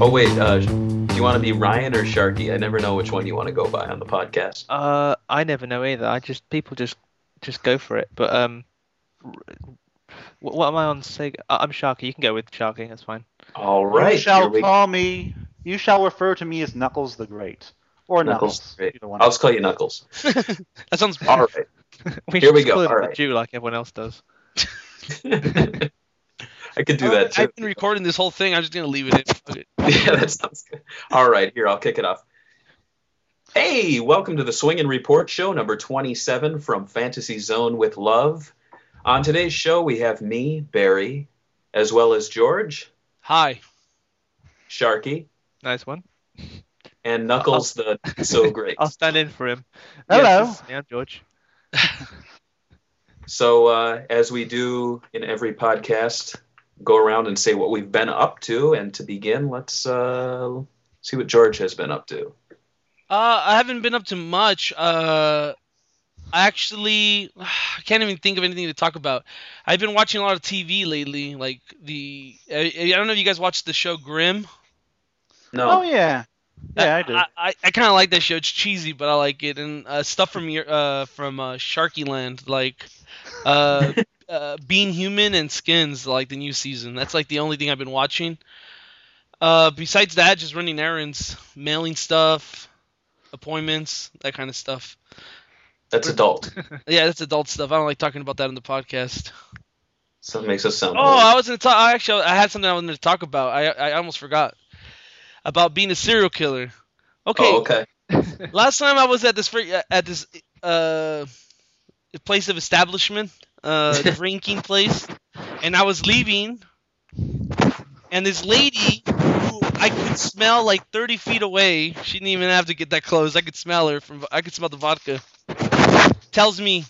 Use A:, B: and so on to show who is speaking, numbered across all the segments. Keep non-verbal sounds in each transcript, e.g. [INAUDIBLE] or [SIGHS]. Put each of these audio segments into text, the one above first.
A: Oh wait, uh, do you want to be Ryan or Sharky? I never know which one you want to go by on the podcast.
B: Uh, I never know either. I just people just just go for it. But um, r- what, what am I on? Sega? I- I'm Sharky. You can go with Sharky. That's fine. [LAUGHS]
A: All
C: you
A: right, here
C: shall
A: we-
C: call me. You shall refer to me as Knuckles the Great, or
A: Knuckles
C: Knuckles.
A: the Great.
C: either one.
A: I'll just call you Knuckles.
B: That sounds.
A: All right.
B: we
A: here we
B: should
A: go.
B: call it
A: All
B: the
A: right.
B: Jew like everyone else does.
A: [LAUGHS] I could do that too.
D: I've been recording this whole thing. I'm just gonna leave it in. Fuck it.
A: [LAUGHS] Yeah, that sounds good. All right, here, I'll kick it off. Hey, welcome to the Swing and Report Show, number 27 from Fantasy Zone with Love. On today's show, we have me, Barry, as well as George,
D: Hi.
A: Sharky,
B: Nice one.
A: and Knuckles, the so great.
B: [LAUGHS] I'll stand in for him.
C: Hello.
B: Yes, this is me, I'm George. [LAUGHS]
A: So, uh, as we do in every podcast, go around and say what we've been up to. And to begin, let's uh, see what George has been up to.
D: Uh, I haven't been up to much. Uh, I actually [SIGHS] I can't even think of anything to talk about. I've been watching a lot of TV lately. Like the I, I don't know if you guys watched the show Grimm.
A: No,
C: Oh yeah, yeah, I do.
D: I, I, I kind of like that show. It's cheesy, but I like it. And uh, stuff from your uh, from uh, Sharkyland, like
C: [LAUGHS]
D: uh, uh, Being Human and Skins, like the new season. That's like the only thing I've been watching. Uh, besides that, just running errands, mailing stuff, appointments, that kind of stuff.
C: [LAUGHS]
A: that's adult.
D: Yeah, that's adult stuff. I don't like talking about that on the podcast.
A: So it makes us sound.
D: Oh,
A: old.
D: I was gonna talk. I actually, I had something I wanted to talk about. I I almost forgot about being a serial killer. Okay,
A: Oh, okay.
D: Last time I was at this fr- at this uh place of establishment, uh drinking place, and I was leaving, and this lady who I could smell like 30 feet away. She didn't even have to get that close. I could smell her from. I could smell the vodka. Tells me,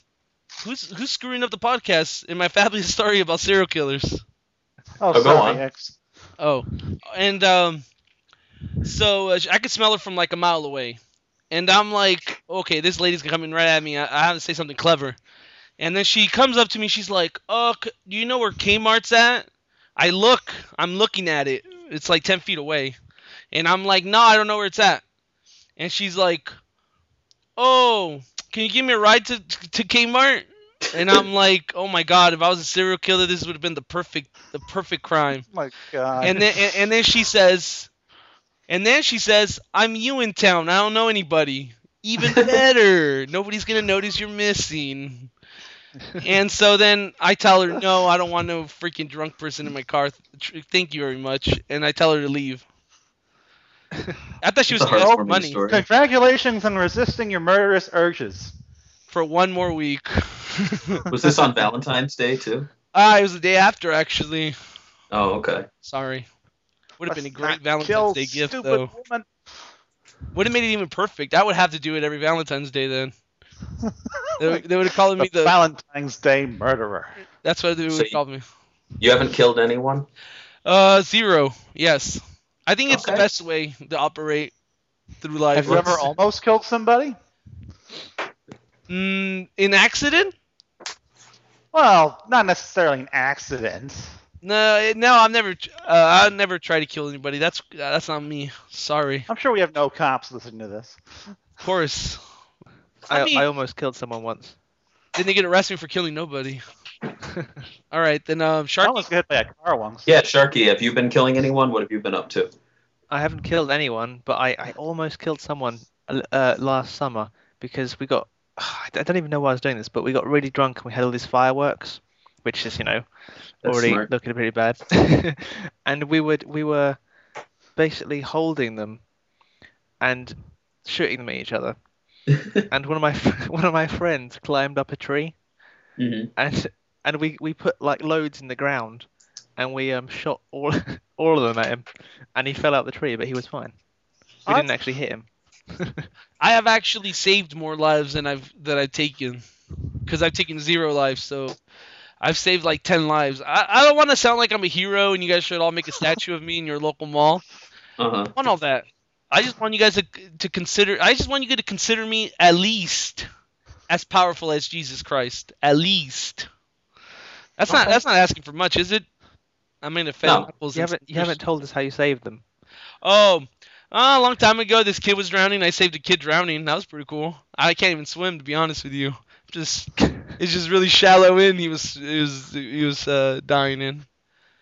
D: who's who's screwing up the podcast in my family [LAUGHS] story about serial killers?
C: oh,
A: go
C: sorry,
A: on.
C: X.
D: Oh, and um, so uh, sh- I could smell her from like a mile away, and I'm like, okay, this lady's coming right at me. I, I have to say something clever, and then she comes up to me. She's like, "Oh, c- do you know where Kmart's at?" I look. I'm looking at it. It's like ten feet away, and I'm like, "No, I don't know where it's at." And she's like, "Oh, can you give me a ride to to Kmart?" And I'm like, "Oh my God! If I was a serial killer, this would have been the perfect the perfect crime."
C: my God.
D: and then and, and then she says, and then she says, "I'm you in town. I don't know anybody.
A: [LAUGHS]
D: Even better. Nobody's gonna notice you're missing." and so then I tell her, "No, I don't want no freaking drunk person in my car. Tr- Thank you very much." And I tell her to leave. I thought she was
A: It's a
D: gonna owe
A: heartwarming
D: money
A: story.
E: [LAUGHS]
C: Congratulations on resisting your murderous
D: [LAUGHS]
C: urges.
D: for one more week. [LAUGHS]
A: Was this on Valentine's Day too?
D: ah, it was the day after actually.
A: Oh, okay.
D: Sorry. Would have been a
C: Let's
D: great
C: not kill
D: Valentine's Day gift
C: stupid
D: though.
C: woman.
D: Would have made it even perfect. I would have to do it every Valentine's Day then. They, they would have called me
C: the
D: the.
C: Valentine's Day murderer.
D: that's what they would
A: So
D: have
A: you-
D: called me.
A: You haven't killed anyone?
D: Uh, zero. Yes, I think it's the
A: Okay.
D: best way to operate through life.
C: Have you ever almost killed somebody?
D: Mm, in accident?
C: Well, not necessarily an accident.
D: No, it- no, I've never. Uh, I never try to kill anybody. That's uh, that's not me. Sorry.
C: I'm sure we have no cops listening to this.
D: Of course.
B: I,
D: I
B: I,
D: mean-
B: almost killed someone once. [LAUGHS]
D: Then they get arrested for killing nobody. All right, then. Um,
C: I
D: Sharky.
C: almost got hit by a car once.
A: Yeah, Sharky, have you been killing anyone? What have you been up to? [LAUGHS]
B: I haven't killed anyone, but I, I almost killed someone uh, last summer because we got. [SIGHS] I don't even know why I was doing this, but we got really drunk and we had all these fireworks, which is you know
A: That's
B: already
A: smart.
B: looking pretty bad. [LAUGHS] and we would we were basically holding them and shooting them at each other. and one of my [LAUGHS] fr- one of my friends climbed up a tree
A: Mhm.
B: and and we, we put like loads in the ground and we um shot all [LAUGHS] all of them at him and he fell out the tree but he was fine. We
C: What?
B: didn't actually hit him.
D: I have actually saved more lives than I've that I've taken, because I've taken zero lives. So I've saved like ten lives. I, I don't want to sound like I'm a hero, and you guys should all make a statue of me in your local mall.
A: Uh-huh.
D: I want all that. I just want you guys to, to consider. I just want you to consider me at least as powerful as Jesus Christ. At least. That's not
B: Okay.
D: that's not asking for much, is it? I mean, offend
A: No.
D: apples
B: You
D: and
B: haven't you haven't
D: oranges.
B: told us how you saved them.
D: "Oh, uh, a long time ago, this kid was drowning. I saved a kid drowning. That was pretty cool. I can't even swim, to be honest with you. Just [LAUGHS] it's just really shallow in. He was he was he was uh, dying in.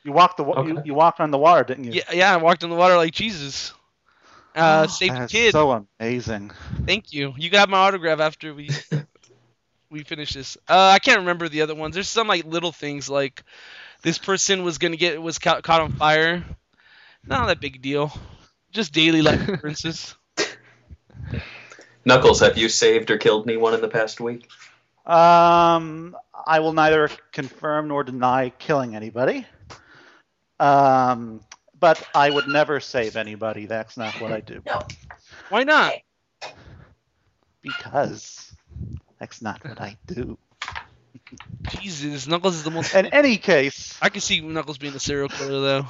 E: You walked the wa- you,
A: Okay.
E: you walked on the water, didn't you?
D: Yeah, yeah. I walked in the water like Jesus. [GASPS] Uh, saved a
E: Ah, That's
D: kid.
E: so amazing.
D: Thank you. You got my autograph
E: [LAUGHS]
D: after we we finish this. Uh, I can't remember the other ones. There's some like little things like this person was gonna get was ca- caught on fire. Not that big deal. Just daily
E: [LAUGHS]
D: life occurrences.
A: Knuckles, have you saved or killed anyone in the past week?
E: Um, I will neither confirm nor deny killing anybody. Um, but I would never save anybody. That's not what I do.
D: Why not?
E: Because that's not what I do.
D: Jesus, Knuckles is the most.
E: In any case,
D: I can see Knuckles being a serial killer though.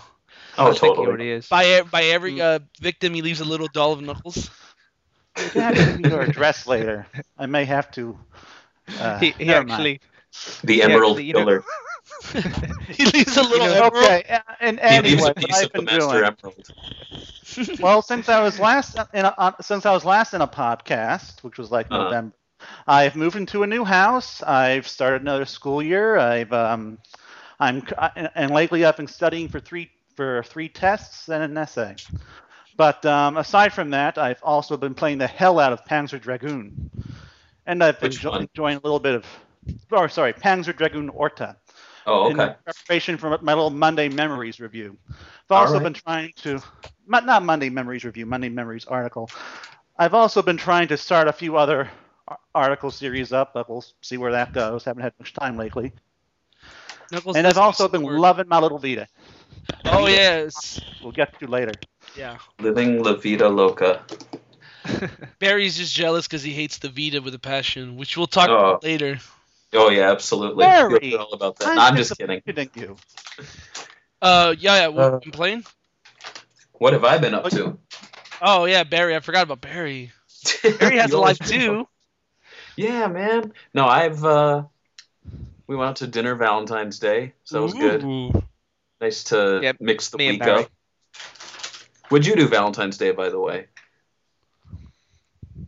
A: Oh,
B: I think he
A: totally.
B: already is.
D: By e- by every uh, victim, he leaves a little doll of [LAUGHS] Knuckles.
E: you can have to give me your address later. I may have to. Uh,
B: he he
E: never mind.
B: actually.
A: [LAUGHS] The
B: Yeah,
A: Emerald
B: but you know-
A: Killer.
D: he leaves a little
B: You know,
D: emerald.
E: Okay. uh, And
A: He
E: anyway,
A: leaves a
E: what
A: piece
E: I've
A: of the
E: been
A: Master
E: doing.
A: Emerald.
E: [LAUGHS] well, since I was last in a, on, since I was last in a podcast, which was like
A: Uh-huh.
E: November, I've moved into a new house. I've started another school year. I've um, I'm c- I- and lately I've been studying for three for three tests and an essay. But um, aside from that, I've also been playing the hell out of Panzer Dragoon, and I've been
A: Which
E: jo-
A: one?
E: enjoying a little bit of, or sorry, Panzer Dragoon Orta
A: Oh, okay.
E: in preparation for my little Monday Memories review. I've
A: All
E: also
A: right.
E: been trying to, mon- not Monday Memories review, Monday Memories article. I've also been trying to start a few other ar- article series up, but we'll see where that goes. Haven't had much time lately.
D: Knuckles
E: and
D: does
E: I've also
D: use the
E: been
D: word.
E: loving my little Vita.
D: Oh yes,
E: We'll get to later.
D: yeah.
A: Living La Vida Loca.
D: Barry's just jealous because he hates the Vita with a passion, which we'll talk
A: Oh.
D: about later.
A: Oh yeah, absolutely.
E: Barry,
A: You'll hear all about that. No, I'm just kidding.
E: disappointed in you.
D: Uh, yeah, yeah. What
A: Uh.
D: I'm playing?
A: What have I been up to?
D: Oh yeah, Barry. I forgot about Barry. Barry has
A: [LAUGHS]
D: a
A: You
D: life
E: [LAUGHS]
A: always
D: too.
A: Yeah, man. No, I've uh we went out to dinner Valentine's Day, so that was good.
D: Ooh.
A: Nice to
B: Yep,
A: mix the
B: me and
A: week
B: Barry.
A: up. What'd you do Valentine's Day, by the way?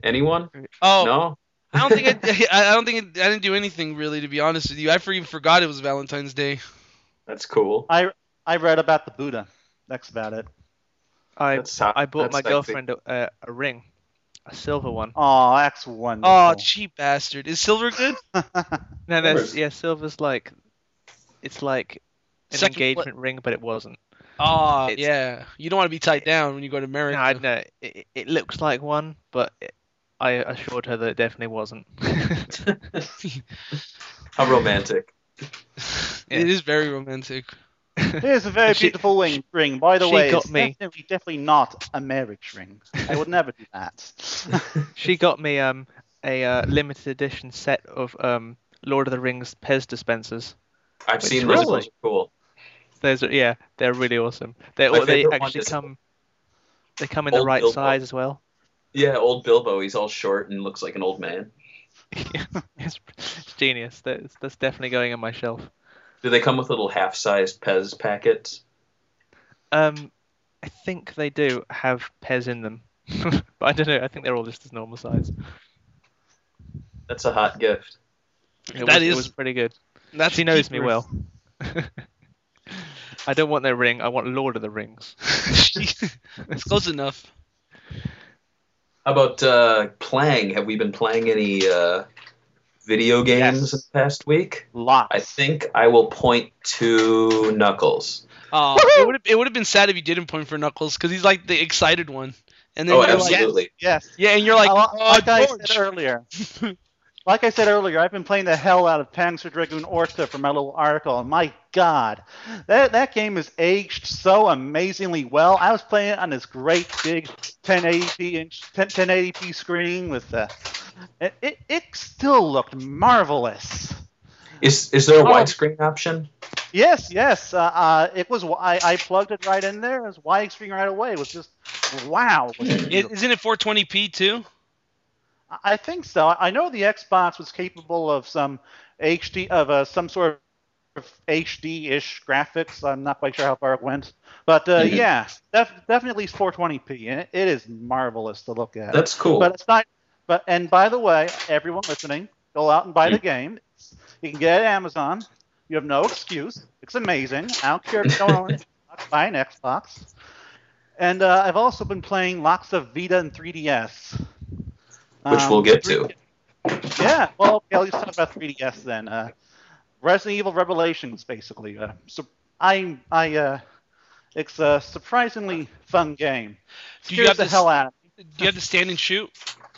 A: Anyone?
D: Oh,
A: No?
D: I don't
A: [LAUGHS]
D: think I, I don't think I, I didn't do anything really. To be honest with you, I for- even forgot it was Valentine's Day.
A: That's cool.
E: I, I read about the Buddha. That's about it.
B: I
A: That's hot.
B: I bought
A: That's
B: my
A: sexy.
B: girlfriend a, a, a ring, a silver one.
E: Oh, that's wonderful. [LAUGHS]
D: Oh, cheap bastard. Is silver good?
B: No, there's
A: Silver's-
B: yeah, silver's like, it's like an
D: Second pla-
B: engagement ring, but it wasn't.
D: [LAUGHS] Oh,
B: It's-
D: yeah. You don't want to be tied down when you go to
B: No,
D: America.
B: I
D: [LAUGHS]
B: know it, it looks like one, but it, I assured her that it definitely wasn't. [LAUGHS]
A: [LAUGHS] How romantic.
B: Yeah.
D: It is very romantic.
E: Here's a very
B: She-
E: beautiful ring. ring. By the
B: she
E: way,
B: got
E: it's
B: me.
E: Definitely, definitely not a marriage ring. I would never do that. [LAUGHS]
B: she got me um a uh, limited edition set of um Lord of the Rings Pez dispensers.
A: I've
B: Wait,
A: seen those
B: really?
A: ones are cool.
B: Those are, yeah, they're really awesome. They
A: My
B: or they
A: favorite one
B: actually
A: is
B: come. They come in the
A: Old
B: right
A: Bilbo.
B: size as well. [LAUGHS]
A: Yeah, old Bilbo, he's all short and looks like an old man.
B: it's, it's genius. That's, that's definitely going on my shelf.
A: Do they come with little half sized Pez packets?
B: Um, I think they do have Pez in them, [LAUGHS] but I don't know. I think they're all just as normal size.
A: That's a hot gift.
B: It
D: That
B: was,
D: is-
B: it was pretty good.
D: That's
B: she knows me
D: cheaper. [LAUGHS]
B: well. [LAUGHS] I don't want their ring. I want Lord of the
D: [LAUGHS]
B: Rings.
D: it's close enough.
A: How about uh, playing? Have we been playing any uh, video games
E: Yes.
A: this past week?
E: Lots.
A: I think I will point to Knuckles.
D: Uh,
B: [LAUGHS]
D: it would it would have been sad if you didn't point for Knuckles because he's like the excited one. And then
A: Oh,
D: you're
A: absolutely.
E: Yes.
D: Like, yeah, and you're like,
E: like,
D: oh,
E: I
D: George.
E: said
D: [LAUGHS]
E: earlier. like I said earlier, I've been playing the hell out of Panzer Dragoon Orta for my little article, and my God, that that game is aged so amazingly well. I was playing it on this great big 1080p inch 10, 1080p screen with the. It, it, it still looked marvelous.
A: Is is there a
E: Oh.
A: widescreen option?
E: Yes, yes. Uh, uh, it was. I, I plugged it right in there. It was wide screen right away. It was just wow. was it
D: It, isn't it 420p too?
E: I- I think so. I know the Xbox was capable of some HD of uh, some sort HD ish graphics. I'm not quite sure how far it went, but uh,
A: Mhm.
E: yeah, def- definitely it's 420p, and it, it is marvelous to look at.
A: That's cool.
E: But it's not. But and by the way, everyone listening, go out and buy the game. You can get it at Amazon. You have no excuse. It's amazing. I don't care if you
A: [LAUGHS]
E: don't own an Xbox, buy an Xbox. And uh, I've also been playing lots of Vita and 3DS.
A: Which
E: Um,
A: we'll get to.
E: Yeah. Well, okay, let's talk about 3DS then. Uh, Resident Evil Revelations, basically. Uh, so I, I, uh, it's a surprisingly fun game.
D: Do you
E: Scares
D: have
E: the
D: this-
E: hell out of me.
D: Do you have to stand and shoot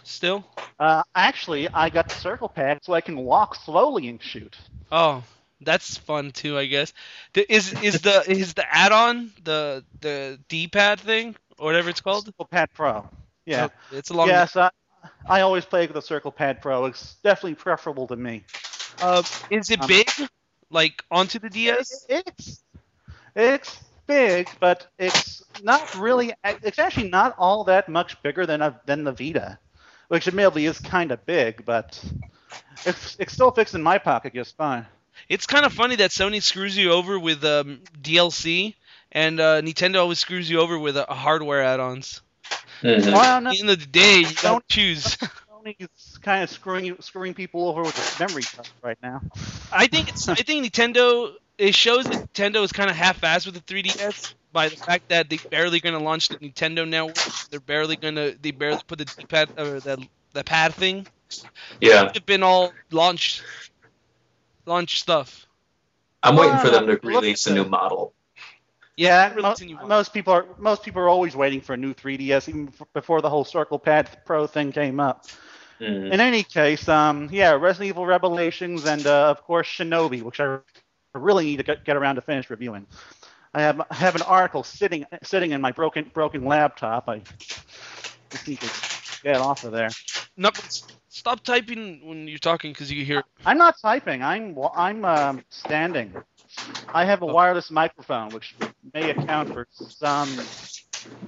D: still?
E: Uh, actually, I got the circle pad so I can walk slowly and shoot.
D: Oh, that's fun too, I guess. The- Is is the is the add-on the the D-pad thing or whatever it's called?
E: Circle pad pro. Yeah.
D: Oh, it's a long.
E: yes, I, I always play with the circle pad pro. It's definitely preferable to me.
D: Uh, is it
E: Um,
D: big? Like onto the DS?
E: It's it's big, but it's not really. It's actually not all that much bigger than a, than the Vita, which admittedly is kind of big, but it's it's still fits in my pocket just
D: [LAUGHS]
E: fine.
D: It's kind of funny that Sony screws you over with um, DLC, and uh, Nintendo always screws you over with uh, hardware add-ons.
A: Mhm.
E: Well, I don't know.
D: At the end of the day, you don't choose.
E: Sony's kind of screwing you- screwing people over with its memory cards right now.
D: I think it's, I think Nintendo. It shows that Nintendo is kind of half-assed with the 3DS by the fact that they're barely going to launch the Nintendo Network. They're barely going to. They barely put the D-pad or the the pad thing.
A: Yeah,
D: They've been all launched, launch stuff.
A: I'm waiting for them to
E: Uh, Look at
A: release a new
E: that.
A: model.
E: Yeah,
D: Really
E: mo-
D: continue on.
E: most people are most people are always waiting for a new 3DS even f- before the whole Circle Pad Pro thing came up.
A: Mhm.
E: In any case, um, yeah, Resident Evil Revelations and uh, of course Shinobi, which I really need to get, get around to finish reviewing. I have I have an article sitting sitting in my broken broken laptop. I just need to get off of there.
D: Knuckles, stop typing when you're talking because you hear.
E: I'm not typing. I'm wa- I'm um, standing. I have a wireless microphone, which may account for some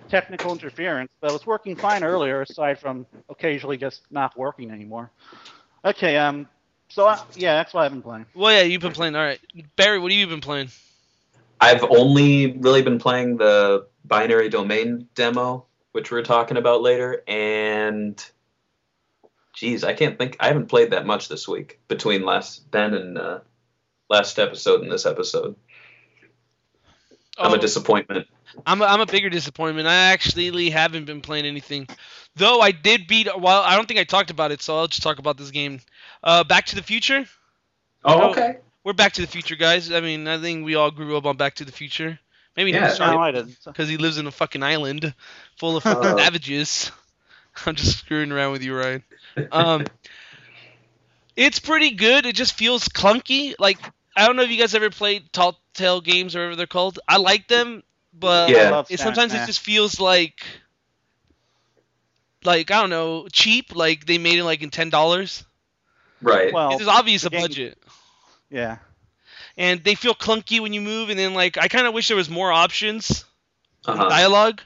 E: technical interference, but it was working fine earlier, aside from occasionally just not working anymore. Okay. Um. So I, yeah, that's what I've been playing.
D: Well, yeah, you've been playing. All right, Barry, what have you been playing?
A: I've only really been playing the binary domain demo, which we are talking about later, and geez, I can't think. I haven't played that much this week between last then and uh, last episode and this episode. I'm
D: Oh.
A: a disappointment.
D: I'm a, I'm a bigger disappointment. I actually haven't been playing anything, though. I did beat. Well, I don't think I talked about it, so I'll just talk about this game. Uh, Back to the Future.
A: Oh,
D: No.
A: okay.
D: We're Back to the Future guys. I mean, I think we all grew up on Back to the Future. Maybe
A: Yeah,
D: not
E: No, I didn't.
D: because he lives in a fucking island full of
A: [LAUGHS]
D: fucking
A: Oh.
D: savages. [LAUGHS] I'm just screwing around with you, Ryan. Um, it's pretty good. It just feels clunky. Like I don't know if you guys ever played Tall Tale games or whatever they're called. I like them, but
A: Yeah.
E: Love
D: it,
E: that,
D: sometimes it
E: man.
D: just feels like like I don't know, cheap. Like they made it like in ten dollars.
A: [LAUGHS] Right.
E: Well,
D: It's just obvious
E: the
D: a
E: game-
D: budget,
E: yeah.
D: and they feel clunky when you move. And then like I kind of wish there was more options.
A: uh-huh.
D: dialogue.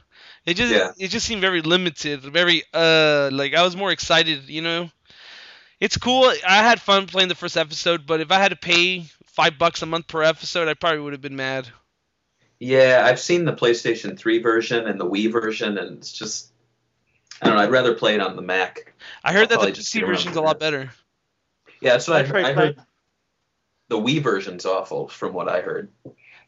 D: It just
A: Yeah.
D: it just seemed very limited, very uh like I was more excited, you know. It's cool. I had fun playing the first episode, but if I had to pay five bucks a month per episode, I probably would have been mad.
A: Yeah, I've seen the PlayStation 3 version and the Wii version, and it's just I don't know. I'd rather play it on the Mac.
D: I heard that the
A: Probably just
D: PC
A: get around
D: version's
A: to
D: a lot better.
A: Yeah, that's what I,
E: I tried
A: I
E: play-
A: heard. The Wii version's awful, from what I heard.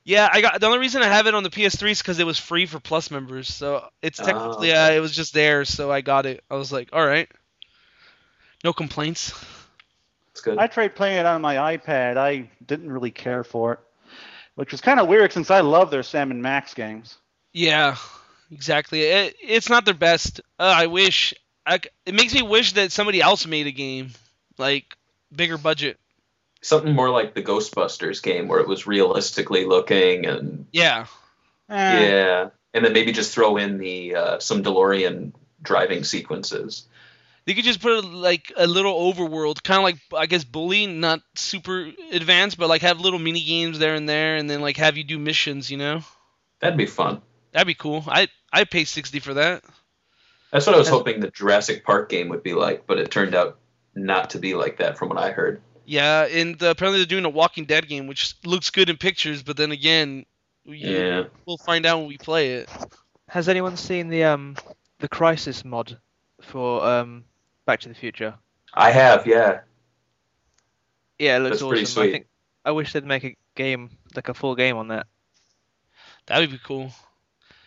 D: Yeah, I got the only reason I have it on the PS3 is because it was free for Plus members, so it's
A: Oh,
D: technically
A: okay.
D: uh, it was just there, so I got it. I was like, all right, no complaints.
A: It's good.
E: I tried playing it on my iPad. I didn't really care for it, which was kind of weird since I love their Sam and Max games.
D: Yeah, exactly. It, it's not their best. Uh, I wish. I c it makes me wish that somebody else made a game, like bigger budget.
A: something more like the Ghostbusters game where it was realistically looking and
D: Yeah.
E: Eh,
A: yeah, and then maybe just throw in the uh, some DeLorean driving sequences.
D: They could just put like a little overworld, kind of like I guess Bully, not super advanced, but like have little mini games there and there, and then like have you do missions. You know,
A: That'd be fun.
D: that'd be cool. I I pay sixty for that.
A: That's what I was
E: That's-
A: hoping the Jurassic Park game would be like, but it turned out not to be like that from what I heard.
D: Yeah, and uh, apparently they're doing a Walking Dead game, which looks good in pictures, but then again, we,
A: Yeah.
D: we'll find out when we play it.
B: Has anyone seen the um the Crisis mod for um Back to the Future?
A: I have, yeah.
B: Yeah, it looks
A: That's
B: awesome.
A: pretty
B: I
A: sweet.
B: think I wish they'd make a game like a full game on that.
D: That would be cool.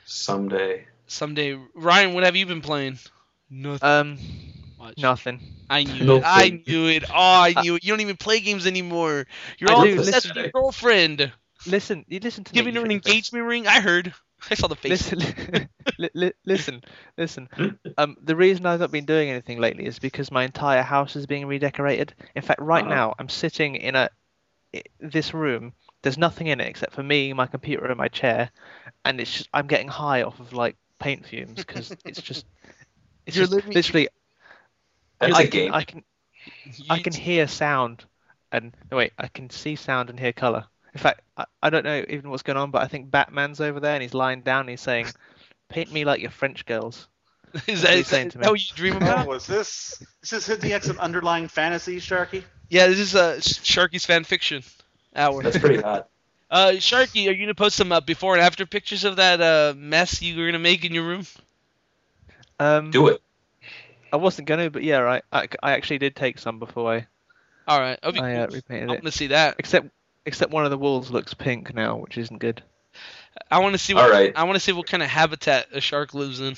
A: Someday.
D: Someday, Ryan, what have you been playing? Nothing.
B: Um,
D: much.
B: nothing.
D: I knew
A: No
D: it. I
A: thing.
D: knew it. Oh, I knew it. You don't even play games anymore. You're
B: I
D: all
B: do,
D: obsessed with
A: listen.
D: your girlfriend.
B: Listen, you listen to
D: Giving
B: me.
D: her
B: you
D: an
B: shitface.
D: engagement ring. I heard. I saw the face.
B: Listen, [LAUGHS] li- li- listen, listen. Um, the reason I've not been doing anything lately is because my entire house is being redecorated. In fact, right
A: Uh-huh.
B: now I'm sitting in a i- this room. There's nothing in it except for me, my computer, and my chair, and it's just, I'm getting high off of like paint fumes because it's just it's
D: You're
B: just
D: living-
B: literally
A: That's
B: I
A: a
B: can,
A: game.
B: I can I can hear sound and no, wait, I can see sound and hear color. In fact, I, I don't know even what's going on, but I think Batman's over there and he's lying down and he's saying, "Paint me like your French girls."
D: Is
B: what
D: that,
B: you're
D: is
B: saying
D: that
B: to me.
D: what you dream about?
C: Oh, is this is this hinting at some underlying fantasy, Sharky?
D: [LAUGHS] yeah, this is uh, Sharky's fan fiction hour.
A: That's pretty hot.
D: [LAUGHS]
A: [LAUGHS]
D: Uh, Sharky, are you gonna post some uh, before and after pictures of that uh, mess you were gonna make in your room?
B: Um,
A: Do it.
B: I wasn't gonna, but yeah, right. I, I actually did take some before I,
D: All right, that'd be
B: I
D: cool.
B: uh, repainted
D: I
B: it.
D: want to see that.
B: Except except one of the walls looks pink now, which isn't good. [LAUGHS]
D: I want to see. What,
A: All right.
D: I want to see what kind of habitat a shark lives in.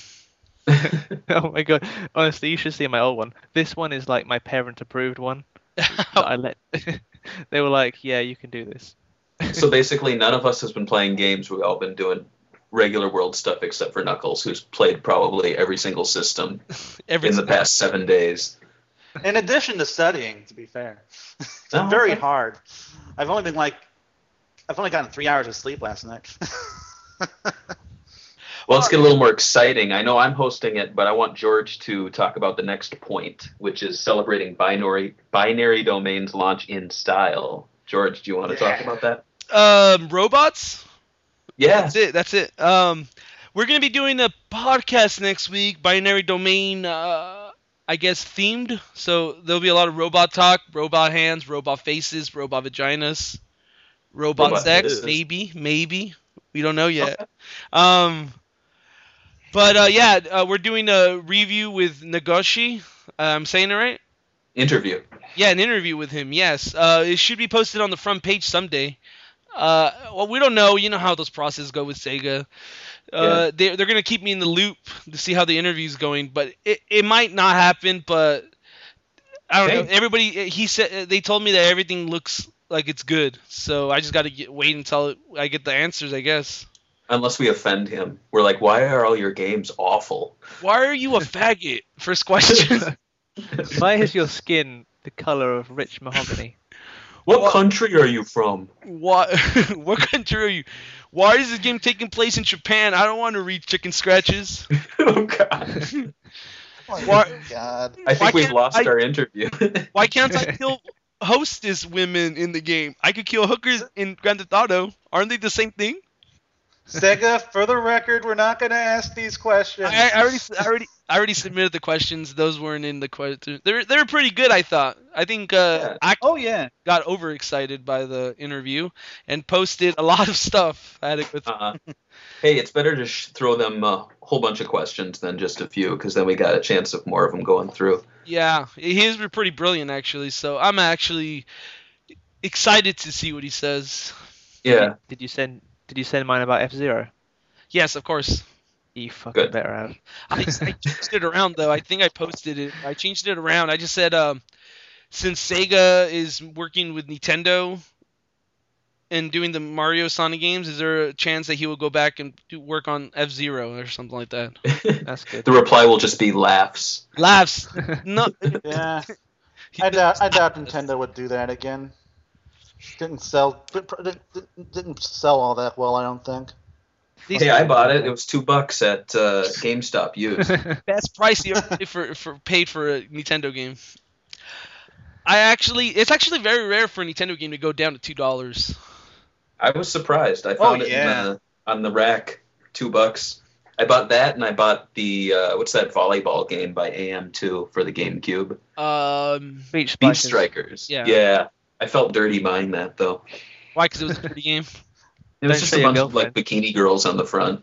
D: [LAUGHS]
B: oh my god! Honestly, you should see my old one. This one is like my parent-approved one
D: Oh.
B: that I let. [LAUGHS] they were like, "Yeah, you can do this."
A: [LAUGHS] So basically, none of us has been playing games. We've all been doing regular world stuff except for Knuckles, who's played probably every single system
D: Every
A: in the past seven days.
C: In addition to studying, to be fair, it's
A: Oh,
C: very
A: okay.
C: hard. I've only been like, I've only gotten three hours of sleep last night.
A: Well, let's get a little more exciting. I know I'm hosting it, but I want George to talk about the next point, which is celebrating binary binary domains launch in style. George, do you want to talk
C: Yeah.
A: about that?
D: um, robots.
A: Yeah.
D: That's it. That's it. Um, we're gonna be doing a podcast next week, binary domain. Uh, I guess themed. So there'll be a lot of robot talk, robot hands, robot faces, robot vaginas, robot,
A: Robot
D: sex.
A: faces.
D: Maybe, maybe. We don't know yet. Um, but uh, yeah, uh, we're doing a review with Nagoshi. Uh, I'm saying it right.
A: Interview.
D: Yeah, an interview with him. Yes, uh, it should be posted on the front page someday. Uh, well, we don't know. You know how those processes go with Sega. Uh, They're they're gonna keep me in the loop to see how the interview's going, but it, it might not happen. But I don't know.
A: Hey.
D: Everybody, uh, he said they told me that everything looks like it's good, so I just gotta get, wait until I get the answers. I guess.
A: Unless we offend him, we're like, why are all your games awful?
D: Why are you a faggot? First [LAUGHS] question.
B: Why is your skin the color of rich mahogany?
A: [LAUGHS] What
D: Well-
A: country are you from? [LAUGHS]
D: What [LAUGHS] what country are you? Why is this game taking place in Japan? I don't want to read chicken scratches.
A: oh God!
D: [LAUGHS] Why-
C: [LAUGHS] God.
A: I think
D: Why
A: we've
D: can't
A: lost
D: I-
A: our interview. [LAUGHS]
D: Why can't I kill hostess women in the game? I could kill hookers in Grand Theft Auto. Aren't they the same thing?
C: Sega, for the record, we're not going to ask these questions.
D: I, I already I already I already submitted the questions. Those weren't in the question. They're they're pretty good. I thought. I think uh, I
C: oh yeah.
D: got overexcited by the interview and posted a lot of stuff. I had a good
A: uh, hey, it's better to sh- throw them a whole bunch of questions than just a few, because then we got a chance of more of them going through.
D: Yeah, his were pretty brilliant actually. So I'm actually excited to see what he says.
A: Yeah.
B: Did you send Did you send mine about F Zero?
D: Yes, of course.
B: You fucking
A: Good.
B: better have.
C: [LAUGHS]
D: I, I changed it around though. I think I posted it. I changed it around. I just said um, since Sega is working with Nintendo and doing the Mario Sonic games, is there a chance that he will go back and do work on F Zero or something like that?
B: That's good.
A: [LAUGHS] The reply will just be laughs.
D: Laughs.
B: [LAUGHS]
C: [LAUGHS]
A: [LAUGHS]
D: No.
C: Yeah. I doubt, I doubt Nintendo would do that again. Didn't sell. Didn't, didn't- didn't sell all that well, I don't think.
D: These
A: Hey, I bought
B: [LAUGHS]
A: it. It was two bucks at uh, GameStop
D: [LAUGHS]
A: used.
D: best price
C: [LAUGHS]
D: you ever paid for, for paid for a Nintendo game. I actually, it's actually very rare for a Nintendo game to go down to two dollars. Oh,
A: I was surprised. I found it in
C: yeah.
A: the, on the rack, two bucks. I bought that, and I bought the uh, what's that volleyball game by AM2 for the GameCube.
D: Um,
B: Beach
A: Beach
B: Strikers.
A: Strikers.
D: Yeah.
A: yeah. I felt dirty buying that though.
D: why? Because it was a pretty game.
A: It was
B: Thanks
A: just
B: for
A: a
B: your
A: bunch of like bikini girls on the front,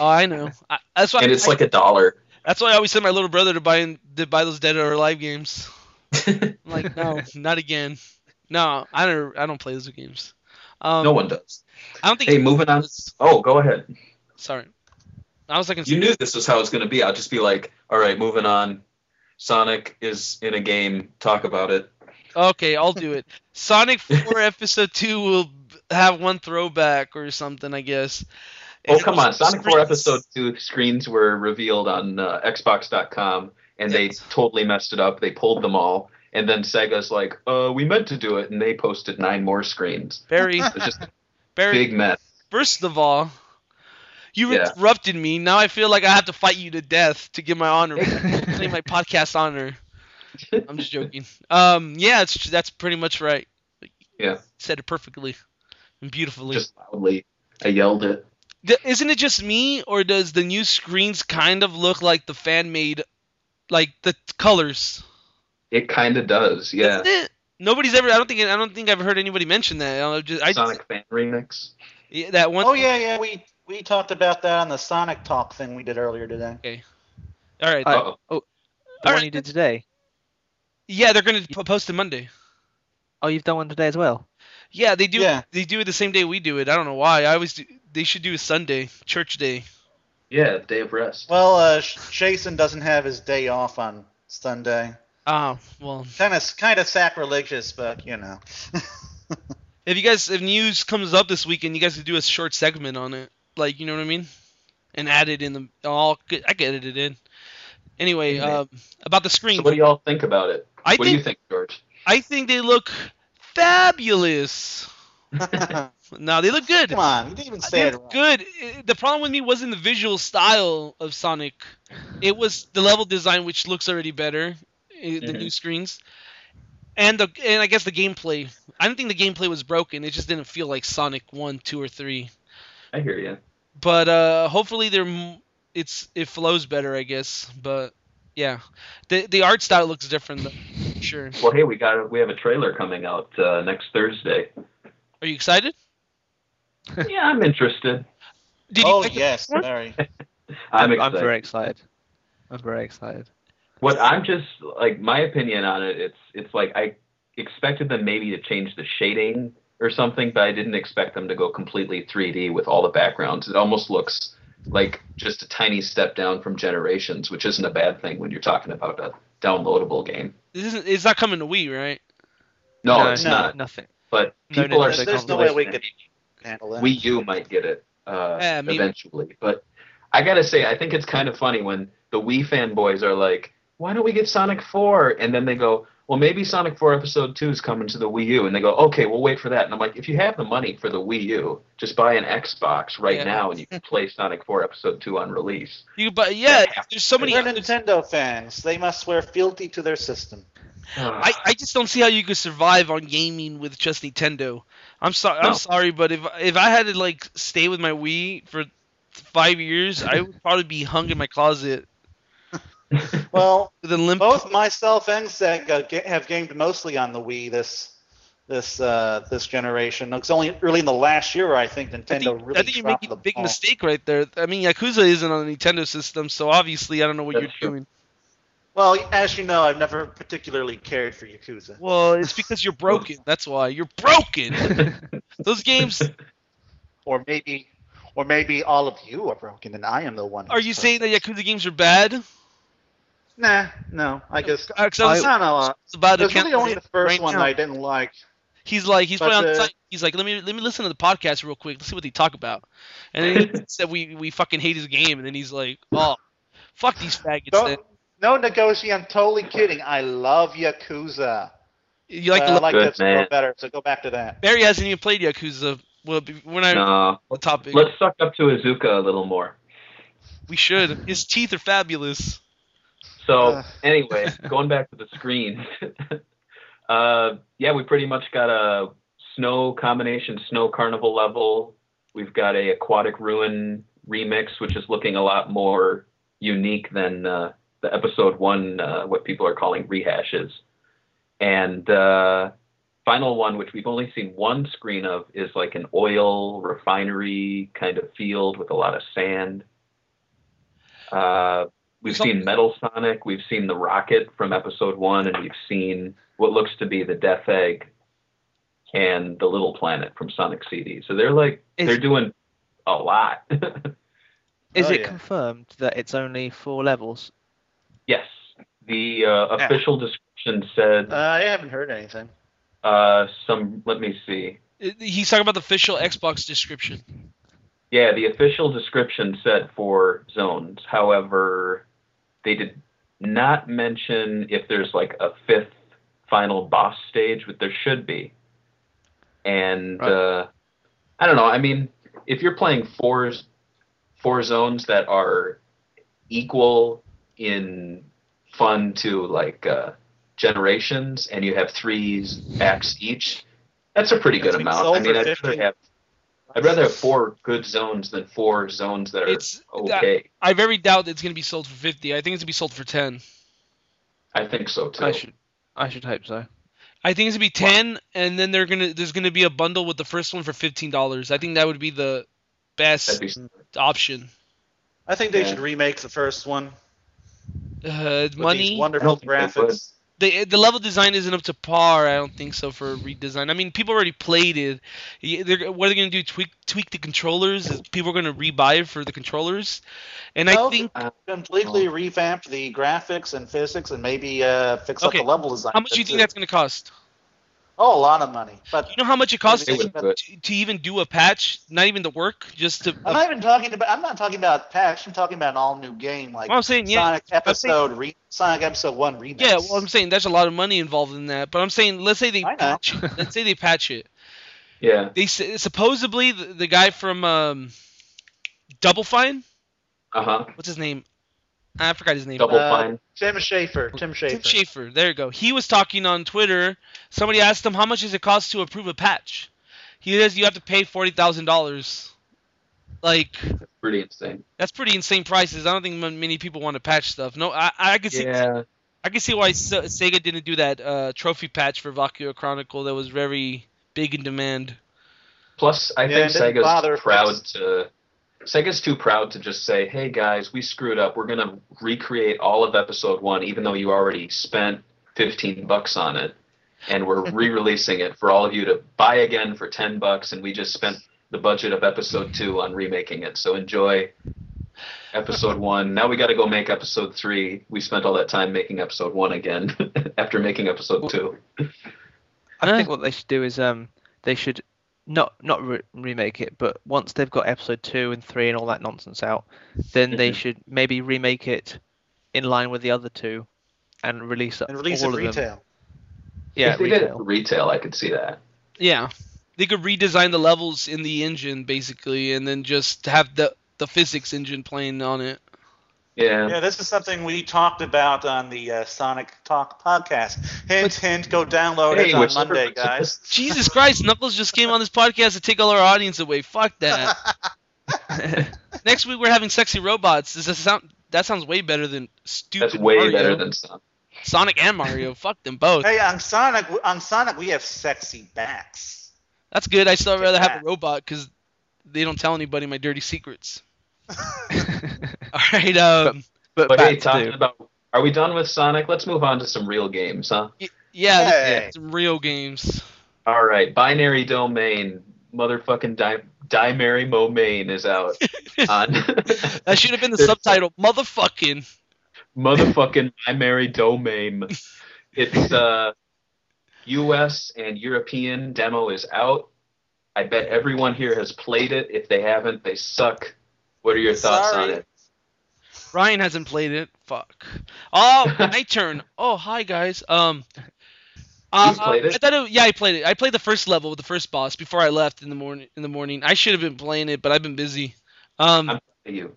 D: Oh, I know. I, that's why.
A: and it's
D: I-
A: like a dollar. [LAUGHS]
D: that's why I always send my little brother to buy to buy those Dead or Alive games. I'm
A: [LAUGHS]
D: like, no, not again. No, I don't. I don't play those games. Um,
A: no one does.
D: I don't think.
A: Hey, moving on. Oh, go ahead.
D: Sorry. I was like,
A: You knew this was how it's going to be. I'll just be like, all right, moving on. Sonic is in a game. Talk about it.
D: okay, I'll do it.
A: [LAUGHS]
D: Sonic 4 Episode 2 will b- have one throwback or something, I guess.
A: Oh,
D: And
A: come
D: it
A: on.
D: was
A: Sonic 4
D: screens-
A: Episode 2 screens were revealed on uh, Xbox.com, and they
D: Yes.
A: totally messed it up. They pulled them all. And then Sega's like, uh, we meant to do it, and they posted nine more screens.
D: [LAUGHS] Barry,
A: It's just a
D: Barry,
A: big
D: [LAUGHS]
A: mess.
D: first of all, you
A: Yeah.
D: interrupted me. Now I feel like I have to fight you to death to get my honor,
A: [LAUGHS]
D: claim my podcast honor. I'm just joking. Um, yeah, it's, that's pretty much right.
A: Yeah.
D: Said it perfectly and beautifully.
A: [LAUGHS] Just loudly. I yelled it.
D: Th- isn't it just me, or does the new screens kind of look like the fan made, like the t- colors?
A: It kind of does, yeah.
D: Isn't it? Nobody's ever. I don't think. I don't think I've heard anybody mention that. I just, I,
A: Sonic fan remix.
D: yeah, that one.
C: Oh yeah, yeah. We we talked about that on the Sonic Talk thing we did earlier today.
D: All right.
C: Uh,
B: I-
A: Uh-oh.
B: The one
D: Alright,
B: you did today.
D: yeah, they're gonna po- post it Monday.
B: Oh, you've done one today as well.
D: Yeah, they do.
C: Yeah.
D: They do it the same day we do it. I don't know why. I always. Do, they should do a Sunday church day.
A: Yeah, day of rest.
C: Well, uh, Sh- Jason doesn't have his day off on Sunday.
D: Ah, well.
C: Kind of kind of sacrilegious, but you know. [LAUGHS]
D: If you guys, if news comes up this weekend, you guys could do a short segment on it. Like, you know what I mean? And add it in the. I'll. I could edit it in. Anyway,
A: Amen.
D: um, about the screen.
A: So what do y'all think about it?
D: I
A: what
D: think
A: do you think, George?
D: I think they look fabulous.
C: Come
D: No, they look good.
C: on, you didn't even say
D: They
C: it.
D: look
C: Right.
D: good. I- The problem with me wasn't the visual style of Sonic. It was the level design, which looks already better. i- The
A: Mhm.
D: new screens, and the and I guess the gameplay. I don't think the gameplay was broken. It just didn't feel like Sonic One, Two, or Three.
A: I hear you.
D: But uh, hopefully, they're m- it's it flows better, I guess. But yeah, the the art style looks different. Though, for sure.
A: Well, hey, we got we have a trailer coming out uh, next
B: [LAUGHS]
A: Thursday.
D: Are you excited?
A: yeah, I'm interested.
D: Did you
C: Oh
D: like the-
C: yes, very.
A: I'm
B: I'm
A: excited.
B: very excited. I'm very excited.
A: What I'm just like my opinion on it. It's it's like I expected them maybe to change the shading or something, but I didn't expect them to go completely 3D with all the backgrounds. It almost looks like just a tiny step down from Generations, which isn't a bad thing when you're talking about a downloadable game.
D: This isn't, it's not coming to Wii, right?
A: No, it's
C: no.
A: not.
B: Nothing.
A: But
B: No,
A: people
B: no,
A: are
B: no,
C: There's, there's no way
A: speculating.
C: we could handle it.
A: Wii U might get it uh,
D: Yeah, me-
A: eventually. But I gotta say, I think it's kind of funny when the Wii fanboys are like, "Why don't we get Sonic 4?" And then they go, "Well, maybe Sonic 4 Episode 2 is coming to the Wii U." And they go, "Okay, we'll wait for that." And I'm like, "If you have the money for the Wii U, just buy an Xbox right
D: Yeah.
A: now, and you
D: [LAUGHS]
A: can play Sonic 4 Episode 2 on release."
D: You but yeah,
A: Yeah.
D: there's so many.
C: We're Nintendo fans. They must swear fealty to their system.
A: [LAUGHS]
D: I, [LAUGHS] I just don't see how you could survive on gaming with just Nintendo. I'm sorry, I'm
A: No.
D: sorry, but if if I had to like stay with my Wii for five years, I would probably be hung in my closet
C: Well,
D: with a limp.
E: Oh,
C: both myself and Sega ga- have gamed mostly on the Wii this this uh, this generation. It's only really in the last year I think
D: I
C: Nintendo
D: think,
C: really
D: I think you're
C: dropped
D: making
C: the
D: a big
C: ball.
D: mistake right there. I mean, Yakuza isn't on the Nintendo system, so obviously I don't know what
A: That's
D: you're
A: true.
D: doing.
C: Well, as you know, I've never particularly cared for Yakuza.
D: Well, it's because
C: [LAUGHS]
D: you're broken. That's why you're broken. Those games.
C: Or maybe or maybe all of you are broken and I am the one.
D: Are
C: who's
D: you
C: broken.
D: saying that Yakuza games are bad?
C: Nah, no. I guess
D: Uh, 'cause I was
C: no, no. Uh,
D: about to
C: there's really
D: count
C: only
D: it
C: the first
D: right
C: one
D: now.
C: that I didn't like.
D: He's like he's
C: But,
D: playing on
C: uh,
D: site. He's like, let me let me listen to the podcast real quick. Let's see what they talk about. And then
C: [LAUGHS]
D: he said we we fucking hate his game. And then he's like, oh, fuck these faggots.
C: No,
D: Then.
C: no negotiate. I'm totally kidding. I love Yakuza.
D: You like
C: Uh,
D: the
C: I like
A: Good
C: that score
A: man.
C: better. So go back to that.
D: Barry hasn't even played Yakuza. Well, be- when I
A: no.
D: the topic,
A: Let's suck up to Azuka a little more.
D: we should. His teeth are fabulous.
A: So
C: Ugh.
A: anyway, going back to the screen. [LAUGHS] uh, yeah, we pretty much got a snow combination, snow carnival level. We've got a aquatic ruin remix, which is looking a lot more unique than uh, the episode one, uh, what people are calling rehashes. And uh, final one, which we've only seen one screen of, is like an oil refinery kind of field with a lot of sand. Uh, we've
D: Some-
A: seen Metal Sonic, we've seen the rocket from episode one, and we've seen what looks to be the Death Egg and the Little Planet from Sonic CD. So they're like
B: It's-
A: they're doing a lot. [LAUGHS]
B: Is
C: Oh,
B: it
C: yeah.
B: confirmed that it's only four levels?
A: yes, the uh,
B: Yeah.
A: official description said
E: Uh, I haven't heard anything.
A: uh, some. Let me see.
D: He's talking about the official Xbox description.
A: Yeah, the official description said for zones. However, they did not mention if there's like a fifth final boss stage, but there should be. And
B: Right.
A: uh, I don't know. I mean, if you're playing four four zones that are equal in fun to like uh, generations, and you have three acts each, that's a pretty
C: That's
A: good
C: like
A: amount.
C: Soul
A: I mean,
C: for
A: I'd
C: 15.
A: rather have I'd rather have four good zones than four zones that are
D: It's I,
A: okay.
D: I very doubt it's gonna be sold for fifty. I think it's gonna be sold for ten.
A: I think so too.
B: I should, I should hope so.
D: I think it's gonna be ten, and then they're gonna there's gonna be a bundle with the first one for fifteen dollars. I think that would be the
A: That'd
D: best
A: be
D: option.
E: I think they
A: Yeah.
E: should remake the first one.
D: Uh,
E: With
D: money.
E: These
A: I
E: wonderful
A: don't think they
E: graphics.
D: the the level design isn't up to par. I don't think so for a redesign. I mean, people already played it. Yeah, They're, what are they going to do? Tweak tweak the controllers? Is people are going to rebuy for the controllers? And I
E: No,
D: think
E: Completely revamped the graphics and physics, and maybe uh, fix
D: Okay.
E: up the level design.
D: how much do you
E: too.
D: think that's going to cost?
E: Oh, a lot of money. But
D: You know how much it costs
A: they
D: to,
E: Maybe
A: would do it.
D: to even do a patch? Not even the work, just to.
E: I'm not even talking about. I'm not talking about patch. I'm talking about an all new game like
D: Well, I'm saying yeah,
E: Sonic episode re- Sonic episode one remix.
D: yeah. Well, I'm saying there's a lot of money involved in that. But I'm saying let's say they
E: I know.
D: patch, let's say they patch it.
A: Yeah.
D: They s- supposedly the, the guy from um, Double Fine,
A: Uh huh.
D: what's his name? I forgot his name.
A: Double
E: Uh,
A: fine.
E: Tim Schafer. Tim Schafer.
D: Tim Schafer. There you go. He was talking on Twitter. Somebody asked him how much does it cost to approve a patch. He says you have to pay forty thousand dollars. Like
A: Pretty insane.
D: that's pretty insane prices. I don't think mon- many people want to patch stuff. No, I I could see
A: Yeah.
D: I could see why Se- Sega didn't do that uh, trophy patch for Vakua Chronicle that was very big in demand.
A: Plus, I
E: Yeah,
A: think
E: it didn't bother
A: Sega's proud
E: fix-
A: to. Sega's too proud to just say, "Hey guys, we screwed up. We're gonna recreate all of Episode One, even though you already spent 15 bucks on it, and
E: [LAUGHS]
A: we're re-releasing it for all of you to buy again for 10 bucks, and we just spent the budget of Episode Two on remaking it. So enjoy
E: [LAUGHS]
A: Episode One. Now we got to go make Episode Three. We spent all that time making Episode One again [LAUGHS] after making Episode Two.
B: I
D: Huh?
B: think what they should do is um they should not not re- remake it, but once they've got episode two and three and all that nonsense out, then they
A: Mhm.
B: should maybe remake it in line with the other two, and release
E: and release
B: all
E: it
B: of them.
E: retail. [LAUGHS]
B: Yeah,
A: if they did it
B: retail.
A: for retail, I could see that.
D: Yeah, they could redesign the levels in the engine basically, and then just have the the physics engine playing on it.
A: Yeah.
E: Yeah, this is something we talked about on the uh, Sonic Talk podcast. Hint, hint. Go download
A: Hey,
E: it on
A: which-
E: Monday, guys.
D: [LAUGHS] Jesus Christ, Knuckles just came on this podcast to take all our audience away. Fuck that. Next week we're having sexy robots. Does that sound? That sounds way better than stupid.
A: That's way
D: Mario.
A: better than some.
D: Sonic
A: [LAUGHS]
D: and Mario. Fuck them
E: [LAUGHS]
D: both.
E: hey, on Sonic, on Sonic, we have sexy backs.
D: That's good. I still rather have
E: that.
D: a robot because they don't tell anybody my dirty secrets. [LAUGHS] All right. Um.
B: [LAUGHS] but
A: But
B: back
A: hey,
B: to
A: talking
B: do.
A: about are we done with Sonic? Let's move on to some real games, huh?
D: y- yeah. this-
E: Hey.
D: yeah, Some real games.
A: All right, Binary Domain, motherfucking Di- Dimary Momain is out Uh, on
D: That should have been the
A: There's-
D: subtitle. Motherfucking.
A: [LAUGHS] motherfucking Dimary Domain. It's uh, U.S. and European demo is out. I bet everyone here has played it. If they haven't, they suck. What are your thoughts
E: Sorry.
A: on it?
D: Ryan hasn't played it. Fuck. Oh, my turn. Oh, hi guys. Um. uh,
A: played it?
D: I thought it, yeah, I played it. I played the first level with the first boss before I left in the morning. In the morning, I should have been playing it, but I've been busy. Um,
A: I'm- You.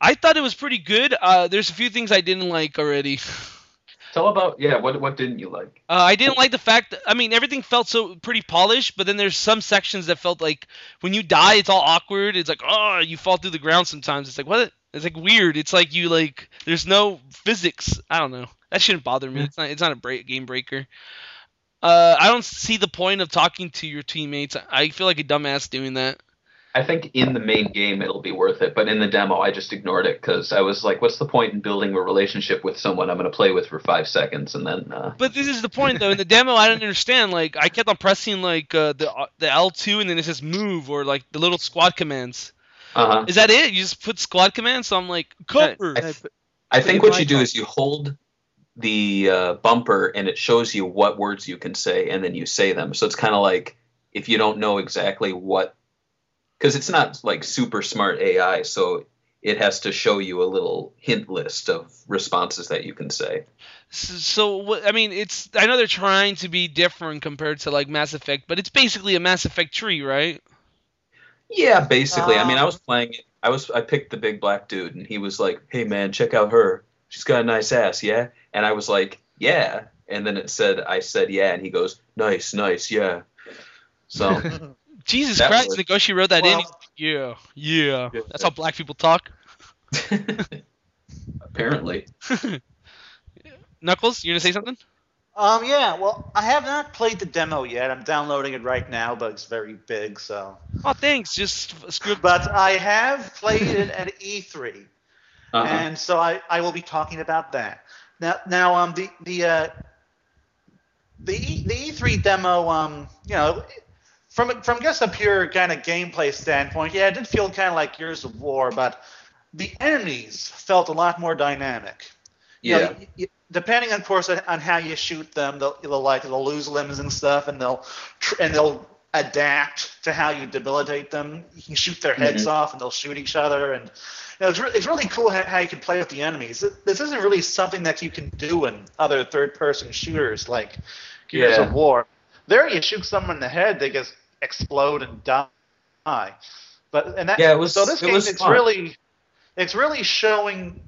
D: I thought it was pretty good. Uh, there's a few things I didn't like already. [LAUGHS]
A: Tell about yeah. What what didn't you like?
D: Uh, I didn't like the fact. That, I mean, everything felt so pretty polished, but then there's some sections that felt like when you die, it's all awkward. It's like, oh, you fall through the ground sometimes. It's like what? It's like weird. It's like you like there's no physics. I don't know. That shouldn't bother me. It's not. It's not a break, game breaker. Uh, I don't see the point of talking to your teammates. I feel like a dumbass doing that.
A: I think in the main game it'll be worth it, but in the demo I just ignored it because I was like, what's the point in building a relationship with someone I'm going to play with for five seconds and then. Uh...
D: But this is the point though. In the demo, I don't understand. Like I kept on pressing like uh, the the L2 and then it says move or like the little squad commands.
A: Uh-huh.
D: Is that it? You just put squad commands. So I'm like cover.
A: I, th- I think what you do is you hold the uh, bumper and it shows you what words you can say and then you say them. So it's kind of like if you don't know exactly what because it's not like super smart AI, so it has to show you a little hint list of responses that you can say.
D: So, so what- I mean, it's I know they're trying to be different compared to like Mass Effect, but it's basically a Mass Effect tree, right?
A: Yeah, basically. I mean, I
C: Um,
A: was playing. it- I was I picked the big black dude, and he was like, "Hey man, check out her. She's got a nice ass, yeah." And I was like, "Yeah." And then it said, "I said yeah," and he goes, "Nice, nice, yeah." So [LAUGHS]
D: Jesus
A: That
D: Christ,
A: works.
D: Nagoshi wrote that in.
C: Well-
D: He's like, Yeah, yeah,
A: Yeah.
D: That's how black people talk. [LAUGHS]
A: apparently,
D: Knuckles, you gonna say something?
E: Um, yeah, well, I have not played the demo yet. I'm downloading it right now, but it's very big, so.
D: Oh, thanks. Just f- screw.
E: But I have played it at E E3,
A: uh
E: and so I, I will be talking about that. Now, now, um, the the uh, the e, the E3 demo, um, you know, from from just a pure kind of gameplay standpoint, yeah, it did feel kind of like Years of War, but the enemies felt a lot more dynamic. You
A: yeah,
E: know, y- y- depending, of course, on, on how you shoot them, they'll, they'll like they'll lose limbs and stuff, and they'll tr- and they'll adapt to how you debilitate them. You can shoot their heads
A: Mm-hmm.
E: off, and they'll shoot each other. And you know, it's, re- it's really cool how, how you can play with the enemies. Th- This isn't really something that you can do in other third-person shooters like Gears
A: Yeah.
E: of War. There, you shoot someone in the head, they just explode and die. But and that
A: Yeah, it was-
E: so this
A: it
E: game
A: was
E: it's
A: fun.
E: really it's really showing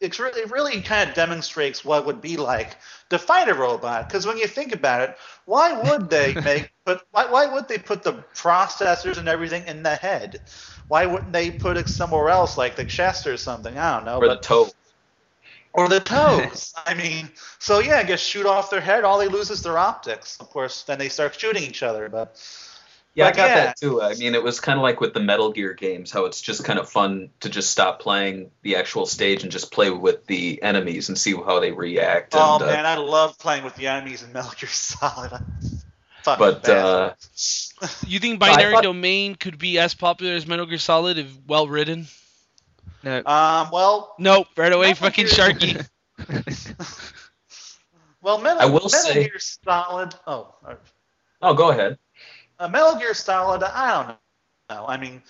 E: it's really it really kind of demonstrates what it would be like to fight a robot because when you think about it why
A: [LAUGHS]
E: would they make put why, why would they put the processors and everything in the head why wouldn't they put it somewhere else like the chest or something i don't know
A: or the
E: but
A: toe.
E: or
A: [LAUGHS]
E: the toes i mean so yeah just shoot off their head all they lose is their optics of course then they start shooting each other but
A: Yeah, I
E: But
A: got
E: yeah.
A: that too. I mean, it was kind of like with the Metal Gear games, how it's just kind of fun to just stop playing the actual stage and just play with the enemies and see how they react.
E: Oh
A: and, uh,
E: man, I love playing with the enemies in Metal Gear Solid. [LAUGHS] I'm fucking
A: but
E: bad.
A: uh,
D: You think
A: I
D: Binary
A: thought-
D: Domain could be as popular as Metal Gear Solid if well written?
B: No.
E: [LAUGHS] um, well,
D: Nope, right away,
E: Metal
D: fucking
E: Gear-
D: Sharky.
E: well, Metal,
A: I will
E: Metal
A: say-
E: Gear Solid. Oh, all right.
A: oh, go ahead.
E: uh, Metal Gear Solid. I don't know. I mean,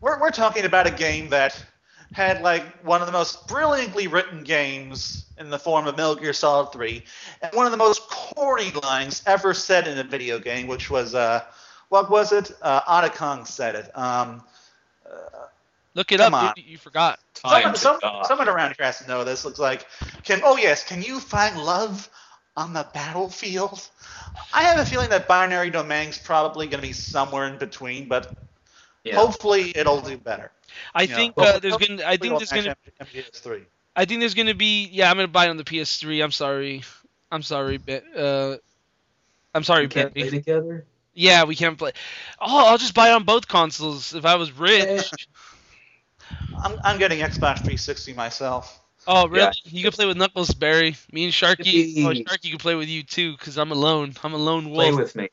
E: we're we're talking about a game that had like one of the most brilliantly written games in the form of Metal Gear Solid 3, and one of the most corny lines ever said in a video game, which was uh, what was it? Uh, Otacon said it. Um,
D: Look it
E: Come on.
D: up. dude, You forgot.
E: Someone,
A: to
E: some,
A: God.
E: someone around here has to know this. Looks like, can oh yes, can you find love on the battlefield? I have a feeling that binary domain's probably going to be somewhere in between, but
A: Yeah.
E: hopefully it'll do better.
D: I
E: Yeah.
D: think
A: Well,
D: uh, there's gonna. I think there's gonna.
E: MGS3.
D: I think there's gonna be. Yeah, I'm gonna buy it on the PS3. I'm sorry. I'm sorry. Be- Uh, I'm sorry,
A: We can't
D: Bentley.
A: play together.
D: Yeah, we can't play. Oh, I'll just buy it on both consoles if I was rich.
E: I'm, I'm getting Xbox 360 myself.
D: Oh, really?
A: Yeah.
D: You can play with Knuckles, Barry. Me and Sharky. Oh,
A: Yippee.
D: Sharky can play with you too, because I'm alone. I'm a lone wolf.
A: Play with me.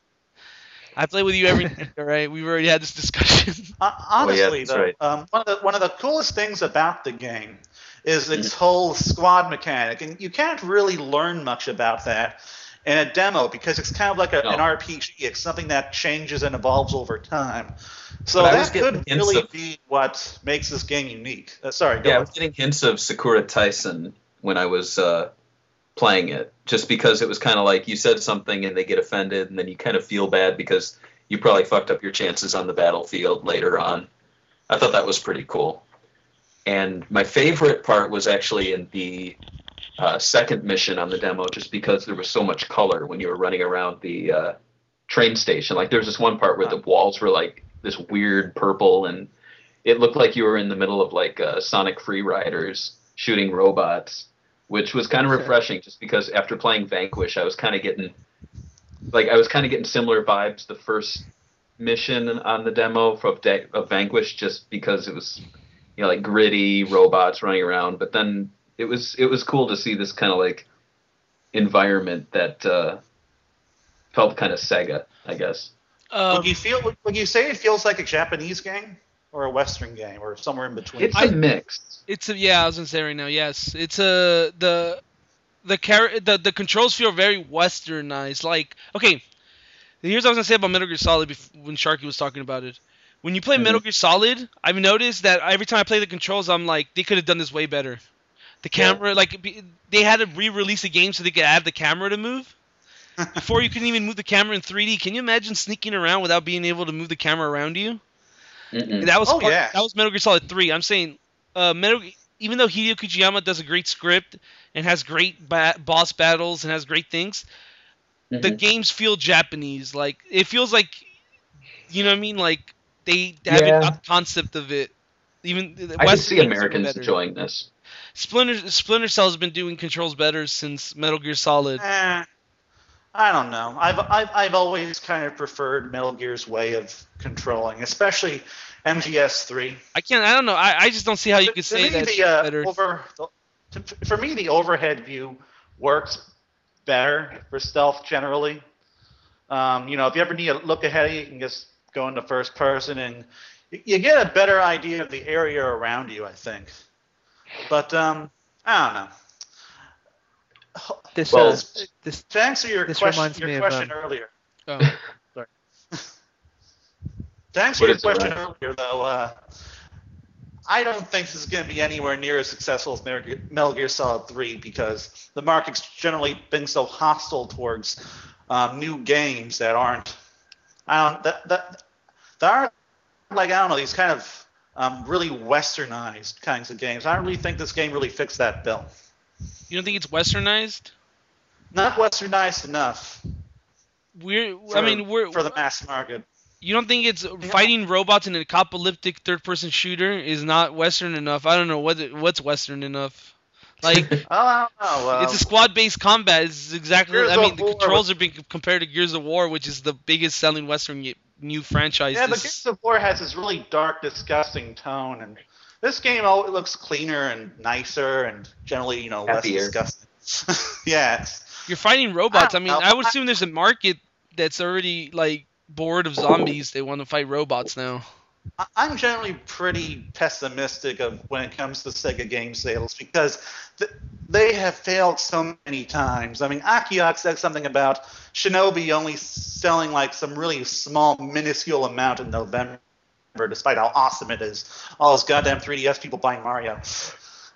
D: I play with you
A: [LAUGHS]
D: every night. All right, we've already had this discussion.
E: Uh, honestly,
A: Oh, yeah, that's
E: though,
A: right.
E: um, one of the one of the coolest things about the game is
A: Mm-hmm.
E: its whole squad mechanic, and you can't really learn much about that in a demo because it's kind of like a,
A: No.
E: an RPG. It's something that changes and evolves over time. So
A: But I was
E: that
A: getting
E: could
A: hints
E: really
A: of-
E: be what makes this game unique. Uh, sorry, go
A: Yeah, I
E: on.
A: was getting hints of Sakura Tyson when I was uh, playing it, just because it was kind of like you said something and they get offended, and then you kind of feel bad because you probably fucked up your chances on the battlefield later on. I thought that was pretty cool. And my favorite part was actually in the uh, second mission on the demo just because there was so much color when you were running around the uh, train station. Like there was this one part where the walls were like this weird purple, and it looked like you were in the middle of like uh, Sonic Free Riders shooting robots, which was kind of refreshing just because after playing Vanquish, I was kind of getting like I was kind of getting similar vibes the first mission on the demo of, Da- of Vanquish just because it was you know like gritty robots running around, but then it was it was cool to see this kind of like environment that uh, felt kind of Sega, I guess.
D: Um,
E: would you feel? Would, would you say it feels like a Japanese game or a Western game or somewhere in between?
A: It's a mix.
D: It's a, yeah, I was gonna say right now. Yes, it's a the the char- the the controls feel very westernized. Like okay, here's what I was gonna say about Metal Gear Solid bef- when Sharky was talking about it. When you play Metal Gear Solid, I've noticed that every time I play the controls, I'm like they could have done this way better. The camera, like be- they had to re-release the game so they could add the camera to move. Before you couldn't even move the camera in 3D. Can you imagine sneaking around without being able to move the camera around you?
A: Mm-mm.
D: That was
E: Oh,
D: part-
E: yeah.
D: that was Metal Gear Solid Three. I'm saying, uh, Metal, even though Hideo Kojima does a great script and has great ba- boss battles and has great things, the
A: Mhm.
D: games feel Japanese. Like it feels like, you know what I mean? Like they haven't
A: Yeah.
D: got the concept of it. Even the
A: I can
D: Western
A: see
D: games are
A: Americans
D: better.
A: enjoying this.
D: Splinter Splinter Cell has been doing controls better since Metal Gear Solid.
E: Eh, I don't know. I've, I've I've always kind of preferred Metal Gear's way of controlling, especially MGS3.
D: I can't. I don't know. I, I just don't see how you could say
E: to me,
D: that
E: the, uh,
D: better.
E: over the, to, for me the overhead view works better for stealth generally. Um, you know, if you ever need to look ahead, you can just go into first person and you, you get a better idea of the area around you. I think, but um, I don't know.
B: This
A: Well-
B: uh, this
E: To answer your
B: This
E: question,
B: reminds me
E: your
B: of, um,
E: question earlier.
D: Oh.
E: Sorry. to
A: But
E: answer your
A: it's all
E: question earlier, though, uh, I don't think this is going to be anywhere near as successful as Metal Gear, Metal Gear Solid 3 because the market's generally been so hostile towards um, new games that aren't. I don't. That, that, there aren't like I don't know these kind of um, really westernized kinds of games. I don't really think this game really fits that bill.
D: You don't think it's westernized?
E: Not westernized enough.
D: We're.
E: For,
D: I mean, we're
E: for the mass market.
D: You don't think it's fighting robots in an apocalyptic third-person shooter is not Western enough? I don't know what what's Western enough. Like
E: Oh, I don't know. Uh,
D: it's a squad-based combat. It's exactly.
E: Gears
D: I mean,
E: of
D: the
E: War
D: controls are being compared to Gears of War, which is the biggest selling Western y- new franchise.
E: yeah, but
D: this-
E: Gears of War has this really dark, disgusting tone, and this game oh, it looks cleaner and nicer, and generally, you know, less
A: Happier.
E: disgusting. [LAUGHS] yeah, it's-
D: you're fighting robots. I,
E: I
D: mean,
E: don't know.
D: I would assume there's a market that's already like bored of zombies. They want to fight robots now.
E: I- I'm generally pretty pessimistic of when it comes to Sega game sales because th- they have failed so many times. I mean, Akiok said something about Shinobi only selling like some really small, minuscule amount in November, despite how awesome it is. All those goddamn 3DS people buying Mario.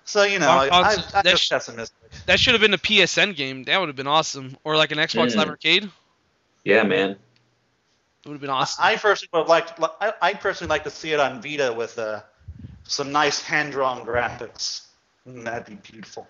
E: So you know,
D: Well,
E: I, I,
D: that's-
E: I'm
D: that's-
E: just pessimistic.
D: That should have been a PSN game. That would have been awesome, or like an Xbox
A: Mm.
D: Live Arcade. It
A: Yeah, man.
D: would have been awesome.
E: I personally would like. li- I, I personally like to see it on Vita with uh, some nice hand-drawn graphics. Mm, that'd be beautiful.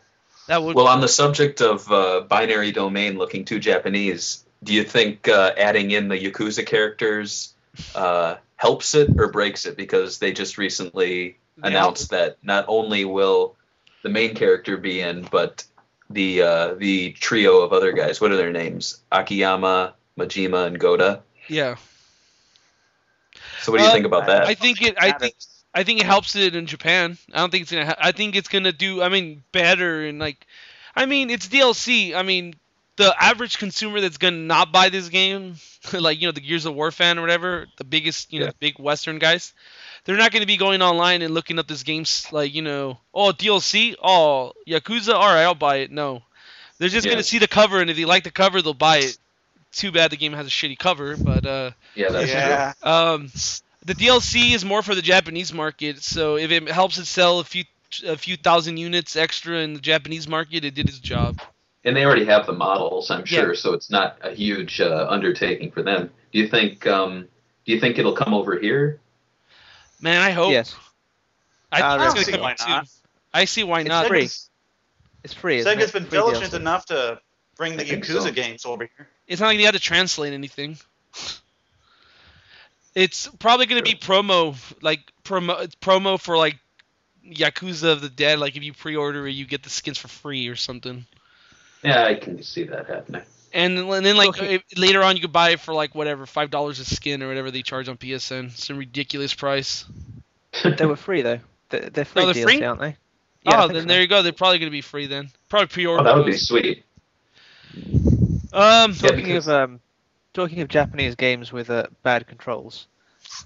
D: That would.
A: Well, on the subject of uh, binary domain looking too Japanese, do you think uh, adding in the Yakuza characters uh, helps it or breaks it? Because they just recently
D: They
A: announced that not only will the main character be in, but the uh, the trio of other guys. What are their names? Akiyama, Majima, and Goda.
D: yeah.
A: So what do you
D: Uh,
A: think about that?
D: I think it. I think. I think it helps it in Japan. I don't think it's gonna. Ha- I think it's gonna do. I mean, better and like. I mean, it's DLC. I mean, the average consumer that's gonna not buy this game, [LAUGHS] like you know, the Gears of War fan or whatever, the biggest, you know,
A: Yeah.
D: the big Western guys, they're not gonna be going online and looking up this game's like you know, oh DLC, oh Yakuza, all right, I'll buy it. No, they're just
A: Yeah.
D: gonna see the cover and if they like the cover, they'll buy it. Too bad the game has a shitty cover, but uh.
A: yeah, that's true.
E: yeah,
D: Um, the DLC is more for the Japanese market, so if it helps it sell a few a few thousand units extra in the Japanese market, it did its job.
A: And they already have the models, I'm
D: Yeah.
A: sure, so it's not a huge uh, undertaking for them. Do you think? Um, do you think it'll come over here?
D: Man, I hope.
B: yes. I
D: I,
E: Oh.
D: think
E: don't
D: it's
E: see
D: gonna come
E: why
D: out
E: not.
D: soon. I see why
B: It's
D: not.
B: free. It's free. isn't
E: Sega's
B: it?
E: been
B: Free
E: diligent
B: DLC.
E: enough to bring the
A: I think
E: Yakuza
A: so.
E: games over here.
D: It's not like they had to translate anything. It's probably gonna be promo, like promo, it's promo for like Yakuza of the Dead. Like if you pre-order it, you get the skins for free or something.
A: Yeah, I can see that happening. [LAUGHS]
D: And, then- and then like
B: Okay.
D: eh, later on, you could buy it for like whatever five dollars a skin or whatever they charge on PSN. Some ridiculous price.
B: They were free though. They- They're free
D: Oh, they're
B: DLC,
D: free?
B: aren't they? I
D: Yeah,
B: think
D: Oh, then
B: so.
D: there you go. They're probably gonna be free then. Probably pre-order.
A: Oh, that would be
D: those.
A: sweet.
D: Um,
A: Yeah,
B: Talking
A: because-
B: of um, talking of Japanese games with uh, bad controls,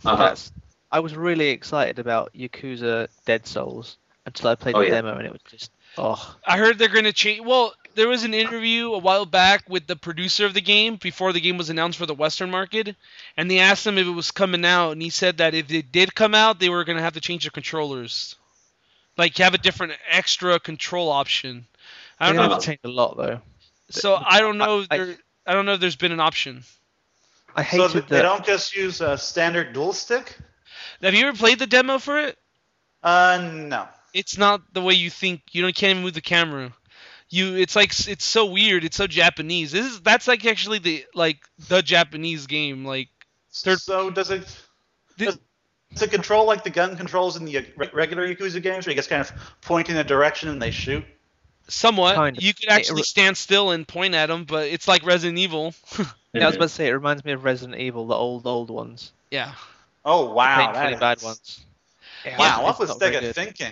A: Uh-huh.
B: that's I was really excited about Yakuza Dead Souls until I played
A: Oh,
B: the
A: yeah.
B: demo and it was just oh
D: I heard they're gonna change. Well, there was an interview a while back with the producer of the game before the game was announced for the Western market, and they asked him if it was coming out, and he said that if it did come out, they were gonna have to change the controllers, like have a different extra control option. I
B: I
D: don't
B: don't
D: know.
B: know. changed a lot though.
D: So I don't know. If
B: I-
D: there, I don't know if there's been an option.
B: I
E: So
B: hated
E: th-
B: the
E: they don't just use a standard dual stick?
D: Have you ever played the demo for it?
E: Uh, no.
D: It's not the way you think. You don't can't even move the camera. You, it's like s- it's so weird. It's so Japanese. This is that's like actually the like the Japanese game. Like Third-
E: So does it
D: Thi-
E: does, does it control like the gun controls in the uh, re- regular Yakuza games, where you just kind of point in a direction and they shoot?
D: Somewhat.
B: Kind of.
D: You could
B: It
D: actually
B: re-
D: stand still and point at them, but it's like Resident Evil.
B: Yeah, I was about to say it reminds me of Resident Evil, the old old ones.
D: yeah.
E: Oh
B: The
E: wow,
B: painfully
E: that
B: bad
E: is-
B: ones.
E: Wow, what
B: it's
E: was
B: not very
E: Sega
B: good.
E: thinking?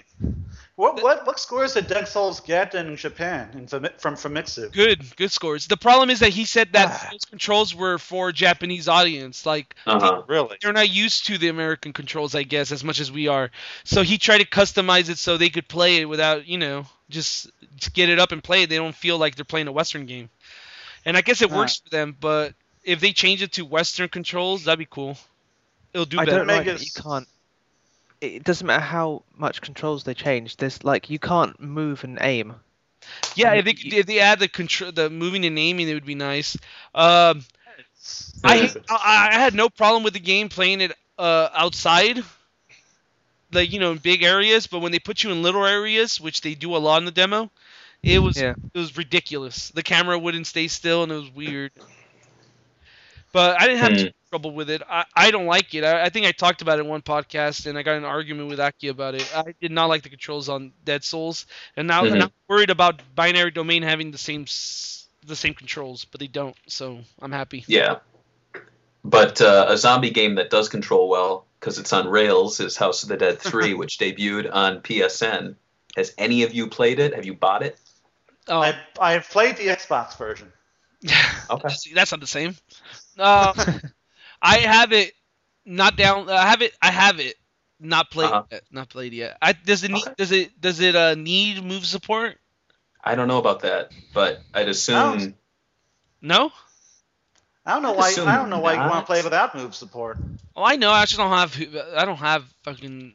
E: What what what scores did Dead Souls get in Japan in, Fami- from Famitsu?
D: Good, good scores. The problem is that he said
B: Ah.
D: that those controls were for Japanese audience. Like
A: Uh-huh.
E: Really?
D: they're not used to the American controls, I guess, as much as we are. So he tried to customize it so they could play it without, you know, just, just get it up and play it. They don't feel like they're playing a Western game. And I guess it
E: Huh.
D: works for them, but if they change it to Western controls, that'd be cool. It'll do
B: I
D: better.
B: don't like that you
E: Megas-
B: can't. It it doesn't matter how much controls they change. There's like you can't move and aim.
D: Yeah,
B: Um,
D: if they,
B: y-
D: if they add the control, the moving and aiming, it would be nice. Um, I, I I had no problem with the game playing it uh, outside, like you know, in big areas. But when they put you in little areas, which they do a lot in the demo, it was
B: Yeah.
D: it was ridiculous. The camera wouldn't stay still, and it was weird. But I didn't have
A: Hmm.
D: too much trouble with it. I, I don't like it. I, I think I talked about it in one podcast, and I got in an argument with Aki about it. I did not like the controls on Dead Souls, and now
A: Mhm.
D: and I'm worried about Binary Domain having the same s- the same controls, but they don't. So I'm happy.
A: Yeah. But uh, a zombie game that does control well, because it's on rails, is House of the
E: [LAUGHS]
A: Dead 3, which debuted on PSN. Has any of you played it? Have you bought it?
D: Oh.
E: I I have played the Xbox version.
A: Okay.
D: See, that's not the same.
A: Oh.
D: Uh, [LAUGHS] I have it not down. I have it. I have it not played
A: Uh-huh.
D: yet. Not played yet. I, does it need?
A: Okay.
D: Does it? Does it uh, need move support?
A: I don't know about that, but I'd assume.
D: No.
A: [LAUGHS]
E: I don't know
A: I'd
E: why
A: assume
E: I don't know why you want
A: not.
E: to play without move support.
D: Oh, I know. I just don't have. I don't have fucking.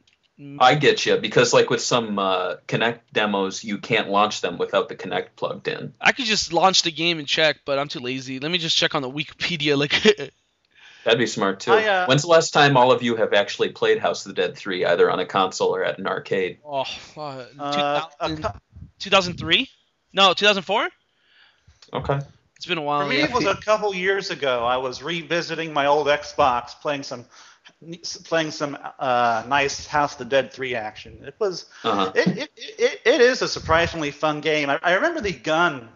A: I get you because, like with some uh, Connect demos, you can't launch them without the Connect plugged in.
D: I could just launch the game and check, but I'm too lazy. Let me just check on the Wikipedia. Like, [LAUGHS]
A: That'd be smart too.
E: I, uh,
A: When's the last time all of you have actually played House of the Dead 3, either on a console or at an arcade?
D: oh, uh,
E: Uh, a
D: 2000
E: cou-
D: 2003? No, 2004.
A: Okay.
D: It's been a
E: for
D: while.
E: me,
D: yeah.
E: it was a couple years ago. I was revisiting my old Xbox, playing some playing some uh, nice House of the Dead 3 action. It was
A: Uh-huh.
E: it, it, it, it is a surprisingly fun game. I, I remember the gun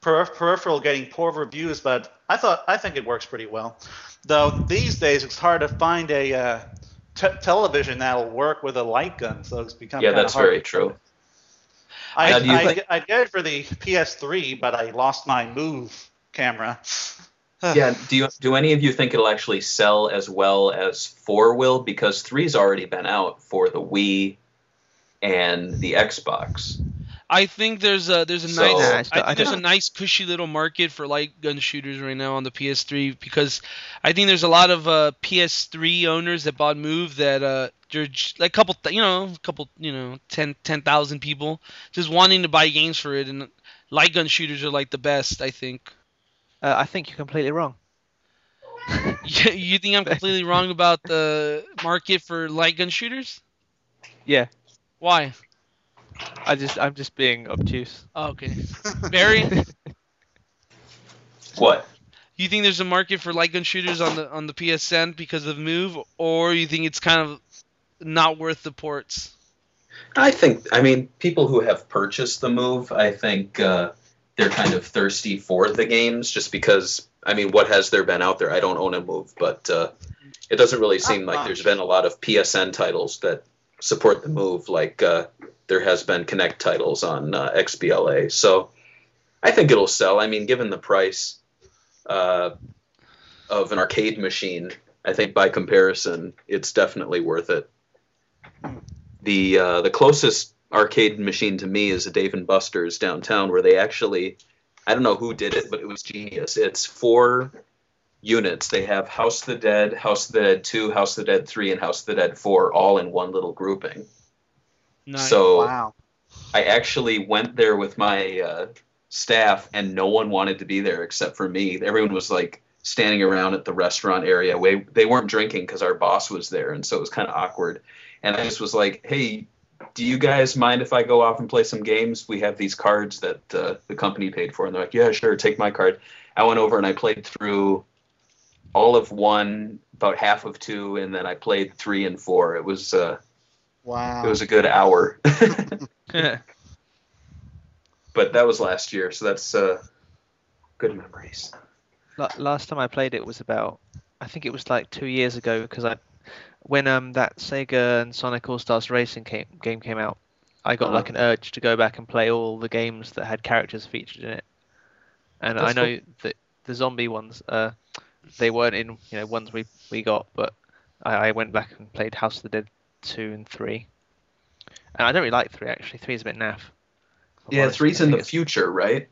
E: per, peripheral getting poor reviews, but I thought I think it works pretty well. Though these days it's hard to find a uh, t- television that'll work with a light gun, so it's become
A: Yeah,
E: kinda
A: that's
E: hard.
A: very true.
E: I,
A: Now, do you
E: I,
A: think-
E: I did it for the PS3, but I lost my Move camera.
A: yeah do you do any of you think it'll actually sell as well as four will because three's already been out for the wii and the xbox
D: I think there's a there's a
A: So-
D: nice
A: Nah,
D: I
B: it's not-
D: think
B: I
D: there's a
B: don't-
D: nice cushy little market for light gun shooters right now on the PS3 because I think there's a lot of uh, PS3 owners that bought Move that uh they're j- like a couple th- you know a couple you know 10 10,000 people just wanting to buy games for it and light gun shooters are like the best I think. [LAUGHS]
B: Uh, I think you're completely wrong.
D: you you think I'm completely wrong about the market for light gun shooters?
B: Yeah.
D: Why?
B: I just I'm just being obtuse.
D: Oh, okay.
A: [LAUGHS]
D: Barry,
B: [LAUGHS]
A: What?
D: you think there's a market for light gun shooters on the on the PSN because of Move, or you think it's kind of not worth the ports?
A: I think, I mean, people who have purchased the move, I think uh, they're kind of thirsty for the games just because, I mean, what has there been out there? I don't own a move, but uh, it doesn't really seem like there's been a lot of PSN titles that support the move like uh, there has been Connect titles on uh, XBLA. So I think it'll sell. I mean, given the price uh, of an arcade machine, I think by comparison, it's definitely worth it the uh, the closest arcade machine to me is a Dave and Buster's downtown, where they actually, I don't know who did it, but it was genius. It's four units. They have House of the Dead, House of the Dead Two, House of the Dead Three, and House of the Dead Four, all in one little grouping.
D: Nice.
A: So
E: Wow.
A: I actually went there with my uh, staff, and no one wanted to be there except for me. Everyone was like standing around at the restaurant area. We, they weren't drinking because our boss was there, and so it was kind of awkward. And I just was like, "Hey, do you guys mind if I go off and play some games? We have these cards that uh, the company paid for." And they're like, "Yeah, sure, take my card." I went over and I played through all of one, about half of two, and then I played three and four. It was uh,
E: Wow.
A: it was a good hour. [LAUGHS]
B: yeah.
A: but that was last year, so that's uh, good memories.
B: La- Last time I played it was about, I think it was like two years ago because I, when um that Sega and Sonic All Stars Racing came, game came out, I got
A: Uh-huh.
B: like an urge to go back and play all the games that had characters featured in it, and I
A: That's
B: know that the zombie ones, uh, they weren't in you know ones we we got, but I, I went back and played House of the Dead two and three, and I don't really like three actually. Three is a bit naff. if I'm
A: Yeah,
B: honest.
A: three's
B: I
A: in
B: think
A: the
B: it's-
A: future, right?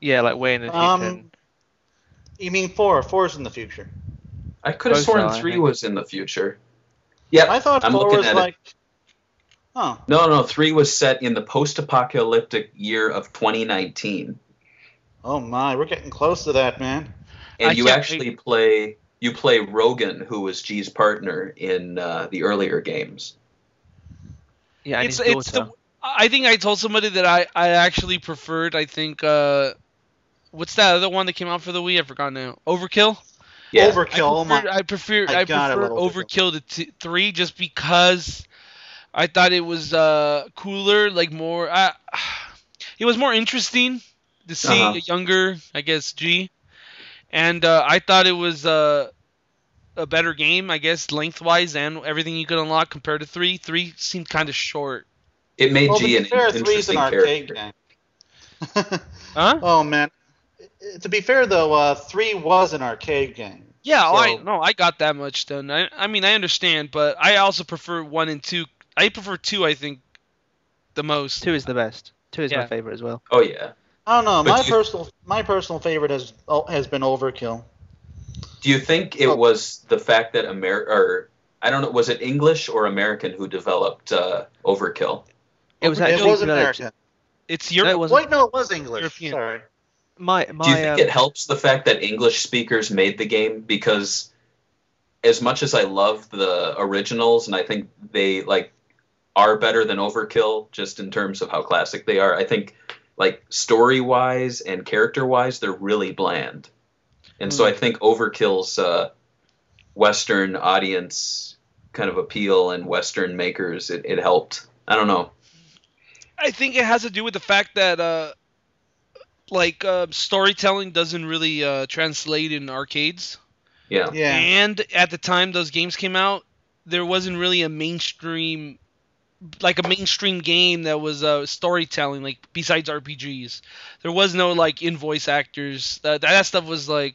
B: Yeah, like way in the future.
E: Um,
B: and-
E: You mean four? Four's in the future.
A: I could have
B: Both
A: sworn
B: are, I
A: three
B: think.
A: was in the future. Yeah,
E: I thought
A: I'm
E: four
A: looking
E: was
A: at it.
E: like. Oh,
A: no, no, three was set in the post-apocalyptic year of 2019,
E: oh my! We're getting close to that, man.
A: and
D: I
A: you
D: can't
A: actually play you play Rogan, who was G's partner in uh, the earlier games.
B: yeah, and
D: it's
B: his
D: it's the
B: daughter.
D: I think I told somebody that I I actually preferred I think uh what's that other one that came out for the Wii I forgot now Overkill
A: Yeah,
D: I
E: Overkill. oh my!
D: preferred- I prefer
E: I
D: I,
E: got it,
D: prefer
E: Little Overkill.
D: Overkill to t- three just because I thought it was uh cooler like more uh, [SIGHS] it was more interesting to see
A: Uh-huh.
D: a younger I guess G and uh, I thought it was uh a better game, I guess, lengthwise and everything you could unlock compared to three. Three seemed kind of short.
A: it made
E: well,
A: G
E: to
A: an
E: be fair, three's
A: interesting
E: an
A: character.
E: arcade game.
D: Huh?
E: [LAUGHS] oh man! To be fair though, uh, three was an arcade game.
D: Yeah, I
E: So-
D: no, I got that much done. I, I mean, I understand, but I also prefer one and two. I prefer two, I think, the most.
B: Two is the best. Two is
D: Yeah.
B: my favorite as well.
A: Oh yeah.
E: I don't know.
A: But
E: my
A: you-
E: personal my personal favorite has oh, has been Overkill.
A: Do you think it
E: Oh.
A: was the fact that Amer or I don't know, was it English or American who developed uh, Overkill?
B: It was
D: Overkill
E: It
B: actually
E: was
B: developed-
E: American.
D: It's
B: No,
D: your
B: it wasn't.
E: Wait, no, it was English.
D: European.
E: Sorry.
B: My
A: Do you
B: my
A: think
B: um,
A: it helps the fact that English speakers made the game? Because as much as I love the originals and I think they like are better than Overkill just in terms of how classic they are, I think like story wise and character wise they're really bland. And so I think Overkill's uh, Western audience kind of appeal and Western makers it, it helped. I don't know.
D: I think it has to do with the fact that uh, like uh, storytelling doesn't really uh, translate in arcades.
A: Yeah.
E: Yeah.
D: And at the time those games came out, there wasn't really a mainstream like a mainstream game that was uh, storytelling like besides RPGs. There was no like in voice actors. That that stuff was like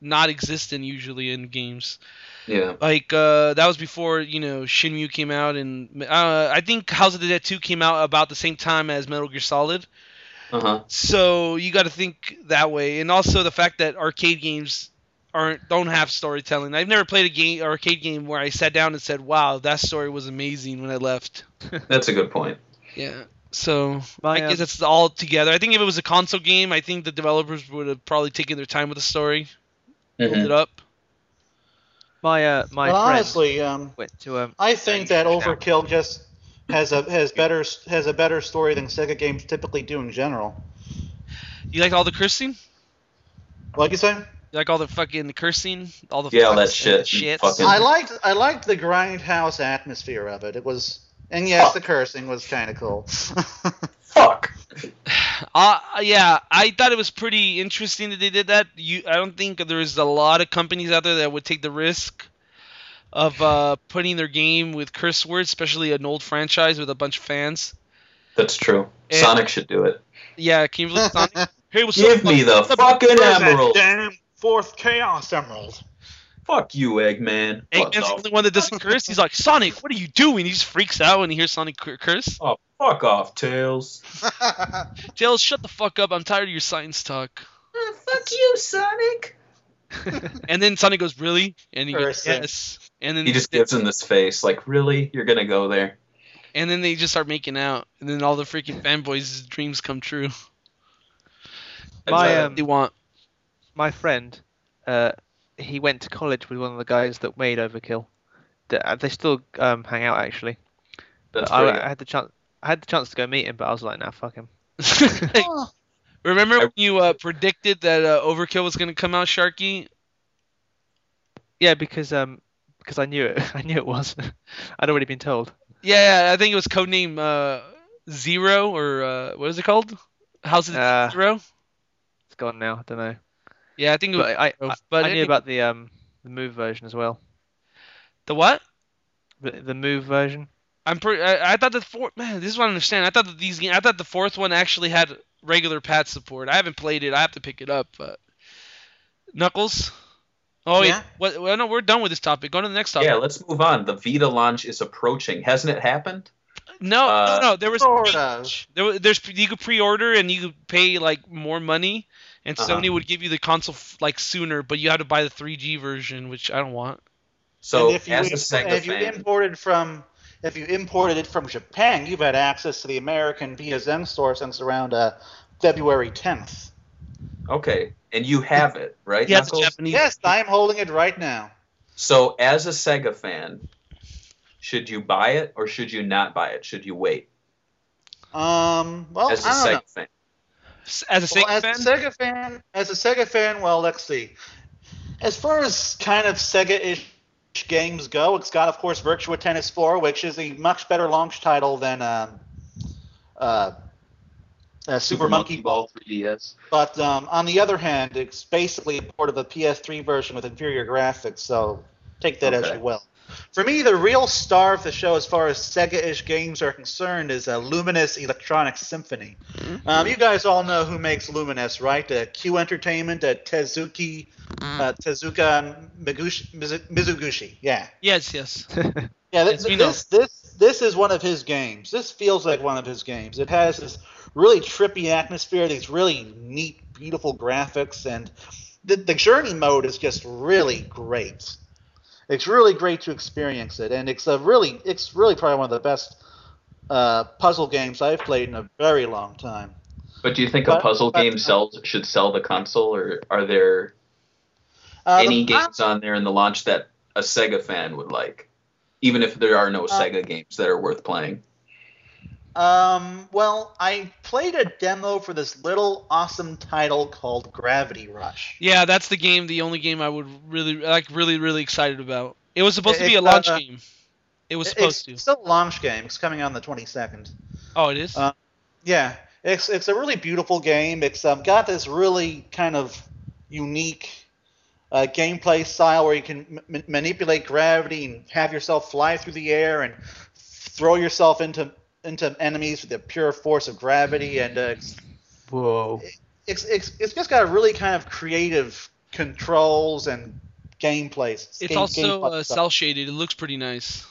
D: not existent usually in games.
A: Yeah.
D: Like uh, that was before you know Shinmu came out, and uh, I think House of the Dead 2 came out about the same time as Metal Gear Solid.
A: Uh-huh.
D: So you got to think that way, and also the fact that arcade games aren't don't have storytelling. I've never played a game arcade game where I sat down and said, "Wow, that story was amazing" when I left.
A: That's a good point.
D: Yeah. So
B: my,
D: I
B: um,
D: guess that's all together. I think if it was a console game, I think the developers would have probably taken their time with the story, built
A: Mhm.
D: it up.
B: my uh, my
E: But
B: friend
E: honestly, um,
B: went to um.
E: I think that Overkill just has a has better has a better story than Sega games typically do in general.
D: You like all the cursing?
E: Like you say,
D: You like all the fucking cursing? All the
A: Yeah, all
D: fucks
A: that
D: and
A: shit.
D: the shits?
A: Fucking-
E: I liked I liked the grindhouse atmosphere of it. It was and yes,
A: Oh.
E: the cursing was kind of cool.
A: Fuck.
D: Uh, yeah, I thought it was pretty interesting that they did that. You, I don't think there's a lot of companies out there that would take the risk of uh, putting their game with curse words, especially an old franchise with a bunch of fans.
A: That's true.
D: And-
A: Sonic should do [LAUGHS] it.
D: Yeah,
E: [LAUGHS]
D: can you believe
A: [LAUGHS]
D: Sonic? Hey, what's
A: Give
D: up,
A: me the
D: what's up,
A: fucking emerald.
F: damn fourth Chaos
E: [LAUGHS]
F: Emerald.
A: Fuck you, Eggman. What
D: Eggman's the
A: the-
D: only one that doesn't curse. He's like, Sonic, what are you doing? He just freaks out when he hears Sonic cur- curse.
A: Oh, fuck off, Tails.
D: Tails, shut the fuck up. I'm tired of your science talk.
A: Ah, fuck you, Sonic.
D: And then Sonic goes, really? And he goes,
F: Cursing.
D: yes. And then
A: He just gives him this face, like, really? You're gonna go there?
D: And then they just start making out, and then all the freaking fanboys' dreams come true.
B: My,
A: Uh,
B: um,
D: They want.
B: [LAUGHS] my friend, uh, he went to college with one of the guys that made Overkill. They, uh, they still um, hang out actually.
A: that's
B: I,
A: pretty
B: I had the chance. I had the chance to go meet him, but I was like, "Nah, fuck him."
D: [LAUGHS] Remember
A: I-
D: when you uh, predicted that uh, Overkill was gonna come out, Sharky?
B: Yeah, because um, because I knew it. [LAUGHS] I knew it was. I'd already been told.
D: Yeah, yeah, I think it was codename uh, Zero or uh, what is it called? House of the
B: Uh,
D: Zero.
B: It's gone now. I don't know.
D: Yeah, I think. It was,
B: But I, I,
D: But
B: I
D: any-
B: knew about the um, the move version as well.
D: the what?
B: The, the move
E: [LAUGHS]
B: version.
D: I'm pretty. I, I thought the fourth. Man, this is what I understand. I thought that these. ga- I thought the fourth one actually had regular patch support. I haven't played it. I have to pick it up. But Knuckles. Oh yeah.
F: Yeah.
D: What? Well, no, we're done with this topic. Go to the next
A: good.
D: topic.
A: Yeah, let's move on. The Vita launch is approaching. Hasn't it happened?
D: No,
A: Uh,
D: no, no. There was
E: sort of.
D: there was, there's you could pre-order and you could pay like more money, and
A: Uh-huh.
D: Sony would give you the console f- like sooner, but you had to buy the 3G version, which I don't want.
A: So
E: and if you,
A: as a
E: im-
A: Sega
E: if you
A: fan,
E: imported from if you imported it from Japan, you've had access to the American PSN store since around uh, February 10th.
A: okay, and you have it, right?
D: Yeah, it's a
A: Knuckles?
D: Japanese.
E: Yes, I am holding it right now.
A: So as a Sega fan, should you buy it or should you not buy it? Should you wait?
E: Um, well,
A: As a
E: I don't know.
A: Sega fan,
D: S- As a Sega
E: Well, as
D: fan,
E: a Sega fan, as a Sega fan, well, let's see. As far as kind of Sega-ish games go, it's got, of course, Virtua Tennis 4, which is a much better launch title than um, uh, uh, Super Monkey Ball.
A: 3DS.
E: But um, on the other hand, it's basically a port of the PS3 version with inferior graphics, so take that as
A: Okay.
E: you will. For me, the real star of the show, as far as Sega-ish games are concerned, is uh, Luminous Electronic Symphony. Um, you guys all know who makes Luminous, right? Uh, Q Entertainment, uh, Tezuki, uh, Tezuka Migush- Mizu- Mizuguchi. Yeah,
D: yes, yes.
E: yeah.
D: Yes,
E: This,
D: we know.
E: this this this is one of his games. This feels like one of his games. It has this really trippy atmosphere, these really neat, beautiful graphics, and the, the journey mode is just really great. It's really great to experience it, and it's a really it's really probably one of the best uh, puzzle games I've played in a very long time.
A: But do you think a
E: But-
A: puzzle
E: but-
A: game sells should sell the console, or are there
E: Uh, the-
A: any games on there in the launch that a Sega fan would like? Even if there are
E: Uh,
A: no Sega games that are worth playing.
E: Um, well, I played a demo for this little awesome title called Gravity Rush.
D: Yeah, that's the game. The only game I would really like, really, really excited about. It was supposed to be a
E: It's,
D: launch
E: uh,
D: game. It was
E: It-
D: supposed
E: it's
D: to.
E: still a launch game. It's coming on the 22nd.
D: Oh, it is.
E: uh, Yeah, it's it's a really beautiful game. It's um, got this really kind of unique uh, gameplay style where you can m- manipulate gravity and have yourself fly through the air and throw yourself into into enemies with the pure force of gravity and uh, it's
B: Whoa.
E: it's, it's it's just got a really kind of creative controls and gameplay.
D: It's
E: game-
D: also
E: gameplay
D: uh,
E: stuff.
D: cell shaded. It looks pretty nice.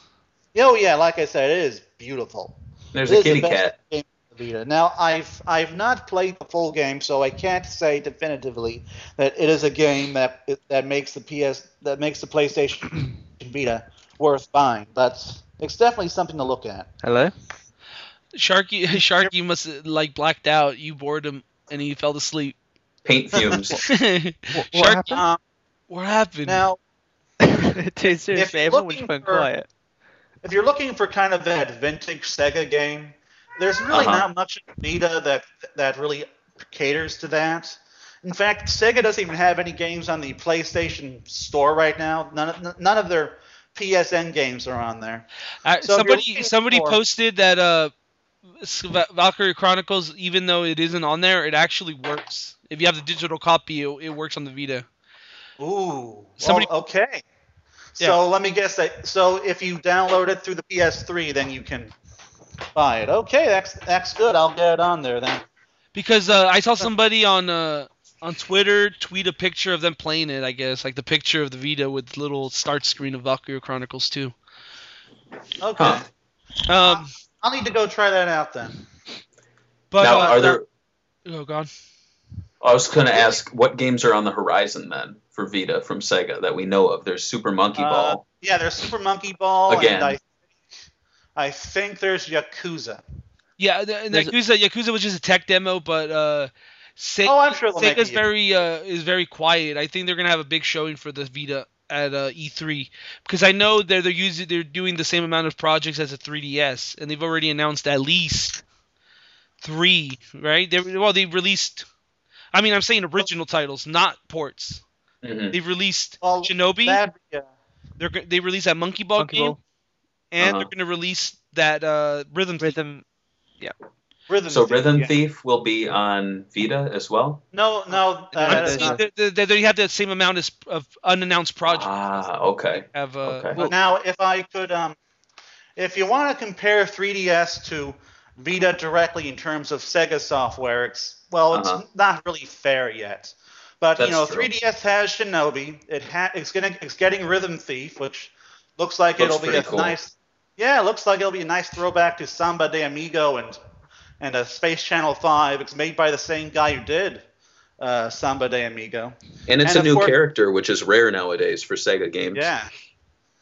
E: Oh yeah, like I said, it is beautiful.
A: There's
E: It
A: a
E: is the
A: kitty
E: best
A: cat.
E: game on the Vita. Now I've I've not played the full game, so I can't say definitively that it is a game that that makes the PS that makes the PlayStation [CLEARS THROAT] Vita worth buying. But it's definitely something to look at.
B: Hello.
D: Sharky, [LAUGHS] Sharky must have, like blacked out. You bored him, and he fell asleep. [LAUGHS]
A: Paint fumes.
E: [LAUGHS]
D: Sharky,
B: what happened?
E: Um,
D: what happened?
E: now
B: [LAUGHS] Dude, seriously, everyone was
E: looking
B: phone
E: for-
B: quiet.
E: if you're looking for kind of that vintage Sega game, there's really
A: Uh-huh.
E: not much in Vita that that really caters to that. In fact, Sega doesn't even have any games on the PlayStation Store right now. None of, none of their PSN games are on there.
D: I,
E: So if you're
D: somebody
E: looking
D: somebody
E: for-
D: posted that uh, S- Va- Valkyrie Chronicles, even though it isn't on there, it actually works. If you have the digital copy, it, it works on the Vita.
E: Ooh.
D: Somebody-
E: well, okay.
D: Yeah.
E: So let me guess that. So if you download it through the PS3, then you can buy it. Okay, that's that's good. I'll get it on there then.
D: Because uh, I saw somebody on uh, on Twitter tweet a picture of them playing it. I guess like the picture of the Vita with little start screen of Valkyrie Chronicles 2.
E: Okay.
A: Huh.
D: Um,
E: I'll need to go try that out then.
D: but
A: now,
D: uh,
A: are there?
D: oh god,
A: I was going to ask what games are on the horizon then for Vita from Sega that we know of. There's Super Monkey
E: Uh,
A: Ball.
E: Yeah, there's Super Monkey Ball,
A: Again.
E: and I, I think there's Yakuza.
D: yeah, the, and
B: There's a-
D: Yakuza Yakuza was just a tech demo, but uh, Se-
E: Oh, I'm sure they'll make
D: Sega's
E: it.
D: very uh, is very quiet. I think they're gonna have a big showing for the Vita at uh, E3 because I know they're they're using they're doing the same amount of projects as a 3DS, and they've already announced at least three, right? They well they released. I mean, I'm saying original titles, not ports.
E: Mm-hmm.
A: Mhm.
D: They've released
E: Well,
D: Shinobi.
E: That'd be, uh,
D: They're go- they released that Monkey Ball
B: Monkey
D: game,
B: Ball.
D: and
A: Uh-huh.
D: they're gonna release that uh, Rhythm. Thief.
B: Rhythm.
E: Rhythm
A: So
E: Thief,
A: Rhythm
E: yeah.
A: Thief will be on Vita as well.
E: No, no, uh,
D: I'm
B: that
D: just
B: is
D: saying
E: that's
B: not-
D: that- that- that they have the same amount as, of unannounced projects.
A: Ah, okay.
D: have, uh,
A: okay.
E: not- now, if I could, um, if you want to compare 3DS to Vita directly in terms of Sega software, it's well, it's
A: Uh-huh.
E: not really fair yet. But
A: That's
E: you know,
A: true.
E: 3DS has Shinobi. It ha- it's getting it's getting Rhythm Thief, which looks like
A: Looks
E: it'll be
A: pretty
E: a
A: cool.
E: nice. Yeah, it looks like it'll be a nice throwback to Samba de Amigo and and a Space Channel Five. It's made by the same guy who did uh, Samba de Amigo.
A: And it's
E: And
A: a new
E: of course-
A: character, which is rare nowadays for Sega games.
E: Yeah,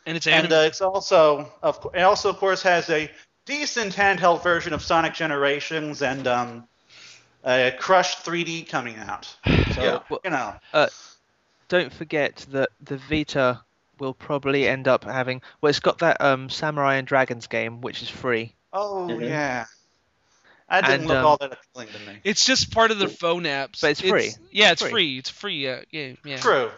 D: and it's
E: and
D: anime.
E: uh, it's also of cour- it also of course has a decent handheld version of Sonic Generations and um, a Crush 3D coming out. So
A: Yeah.
E: you know,
B: Don't forget that the Vita will probably end up having. Well, it's got that um, Samurai and Dragons game, which is free.
E: oh
A: Mhm.
E: yeah, that didn't
B: And,
E: look
B: um,
E: all that appealing to me.
D: It's just part of the phone apps.
B: But it's free.
D: yeah, it's
B: Free.
D: free. It's free. Yeah, yeah. yeah.
E: True.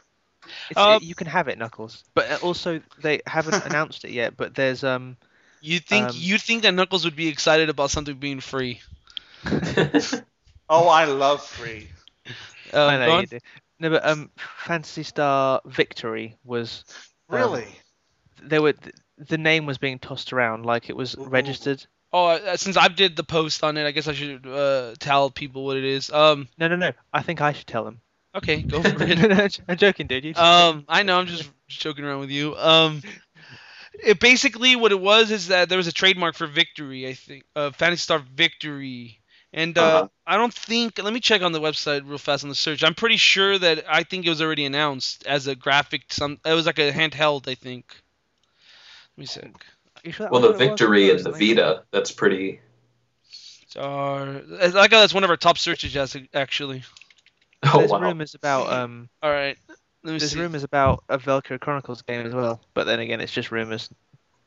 B: It's,
D: Uh,
B: you can have it, Knuckles. But uh, also, they [LAUGHS] haven't announced it yet. But there's um,
D: You think
B: Um,
D: you think that Knuckles would be excited about something being free?
A: [LAUGHS]
E: Oh, I love free.
D: Uh,
B: I know
D: go
B: you
D: on.
B: do. oh, No, but um, Fantasy Star Victory was Um,
E: Really?
B: they were th- the name was being tossed around like it was
E: Ooh.
B: registered.
D: Oh, uh, since I did the post on it, I guess I should uh, tell people what it is. Um,
B: No, no, no. I think I should tell [LAUGHS] them.
D: okay, go for it.
B: No, no, I'm joking, dude. You just-
D: [LAUGHS] Um, I know
B: [LAUGHS]
D: I'm just joking around with you. Um, it basically what it was is that there was a trademark for Victory, I think, uh, Fantasy Star Victory, and uh,
A: Uh-huh.
D: I don't think. Let me check on the website real fast on the search. I'm pretty sure that I think it was already announced as a graphic. Some it was like a handheld, I think. Let me
B: Oh.
D: check.
B: You sure that
A: well,
B: was
A: the
B: what it was?
A: victory
B: I
A: and
B: thought
A: the
B: it was something-
A: Vita. That's pretty. [LAUGHS]
D: Star. I like how that's one of our top searches, as- actually.
A: Oh [LAUGHS]
B: There's
A: wow.
B: rumors about um,
D: All right. Let me
B: there's
D: see.
B: rumors about a Velcro Chronicles game as well. But then again, it's just rumors.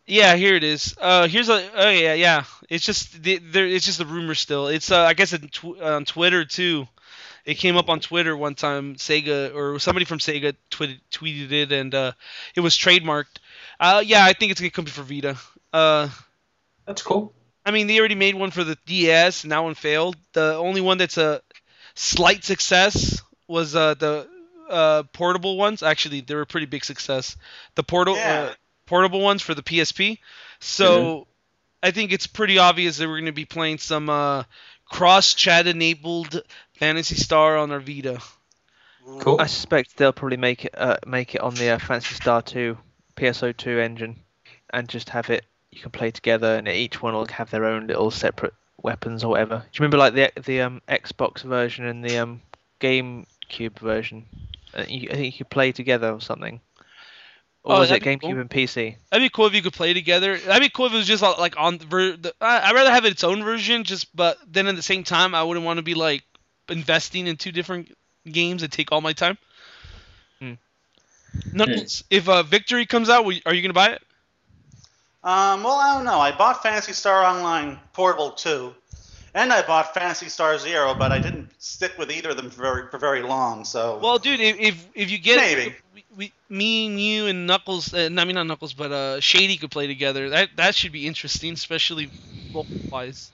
D: Yeah, here it is. Uh, here's a. Oh yeah, yeah. It's just the, there. It's just a rumor still. It's uh, I guess it, tw- on Twitter too. It came up on Twitter one time. Sega or somebody from Sega tweeted tweeted it, and uh, it was trademarked. Uh, yeah, I think it's gonna come for Vita. Uh,
A: That's cool.
D: I mean they already made one for the DS, and that one failed. The only one that's a slight success was uh the uh portable ones. Actually, they were a pretty big success. The portal. Uh,
E: yeah.
D: portable ones for the PSP. So I think it's pretty obvious that we're going to be playing some uh, cross-chat enabled Fantasy Star on our Vita.
A: Cool.
B: I suspect they'll probably make it uh, make it on the uh, Fantasy Star 2 PSO2 engine, and just have it. You can play together, and each one will have their own little separate weapons or whatever. Do you remember like the the um, Xbox version and the um, GameCube version? Uh, you, I think you could play together or something. Or
D: Oh,
B: was it
D: that'd
B: GameCube
D: be cool.
B: and PC?
D: That'd be cool if you could play together. That'd be cool if it was just uh, like on the. Ver- the I- I'd rather have its own version, just but then at the same time, I wouldn't want to be like investing in two different games and take all my time.
B: Hmm.
D: Knuckles, if uh, Victory comes out, will you- are you going to buy it?
E: Um, well, I don't know. I bought Fantasy Star Online Portable 2, and I bought Fantasy Star Zero, but I didn't stick with either of them for very, for very long. So
D: Well, dude, if if, if you get
E: Maybe.
D: We, we, me and you and Knuckles, uh, I mean not Knuckles, but uh, Shady could play together. That that should be interesting, especially vocal wise.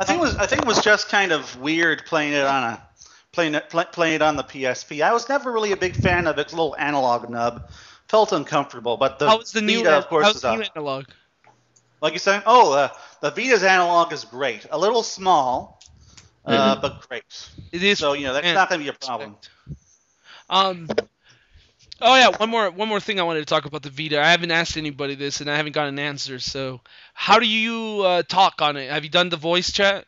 E: I think it was I think it was just kind of weird playing it on a playing it pl- playing it on the PSP. I was never really a big fan of its little analog nub. Felt uncomfortable, but the
D: How was Oh, the
E: Vita,
D: new?
E: of course,
D: how's
E: is
D: the
E: up.
D: new analog?
E: like you said, oh, uh, the Vita's analog is great. A little small, uh, but great.
D: It is
E: So you know that's
D: Yeah.
E: not going to be a problem.
D: Um. Oh yeah, one more one more thing I wanted to talk about the Vita. I haven't asked anybody this, and I haven't got an answer. So, how do you uh, talk on it? Have you done the voice chat?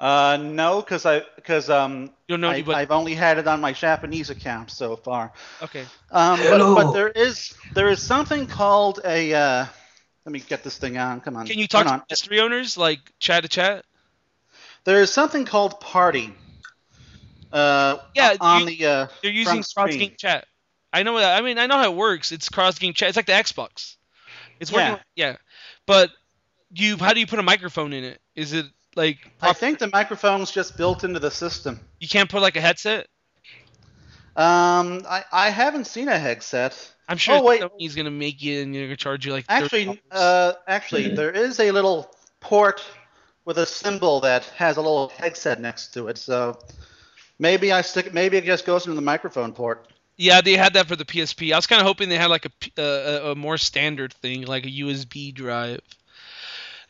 E: Uh, no, because I because um
D: You don't know
E: I,
D: anybody.
E: I've only had it on my Japanese account so far.
D: Okay.
E: Um, but,
A: Hello.
E: but there is there is something called a. Uh, let me get this thing on. Come on.
D: Can you talk
E: Turn
D: to
E: on.
D: mystery owners like chat to chat?
E: There is something called Party. Uh,
D: Yeah,
E: on
D: you-
E: the uh,
D: They're using
E: screen.
D: cross game chat. I know that. I mean, I know how it works. It's cross game chat. It's like the Xbox. It's working.
E: Yeah.
D: like- yeah. But you, how do you put a microphone in it? Is it like
E: I think the microphone's just built into the system.
D: you can't put like a headset?
E: Um, I, I haven't seen a headset.
D: I'm sure
E: Oh, wait.
D: Sony's gonna make it and they're gonna charge you like. $30.
E: Actually, uh, actually, there is a little port with a symbol that has a little headset next to it. So maybe I stick. Maybe it just goes into the microphone port. [LAUGHS]
D: Yeah, they had that for the PSP. I was kind of hoping they had like a, P- uh, a a more standard thing, like a USB drive.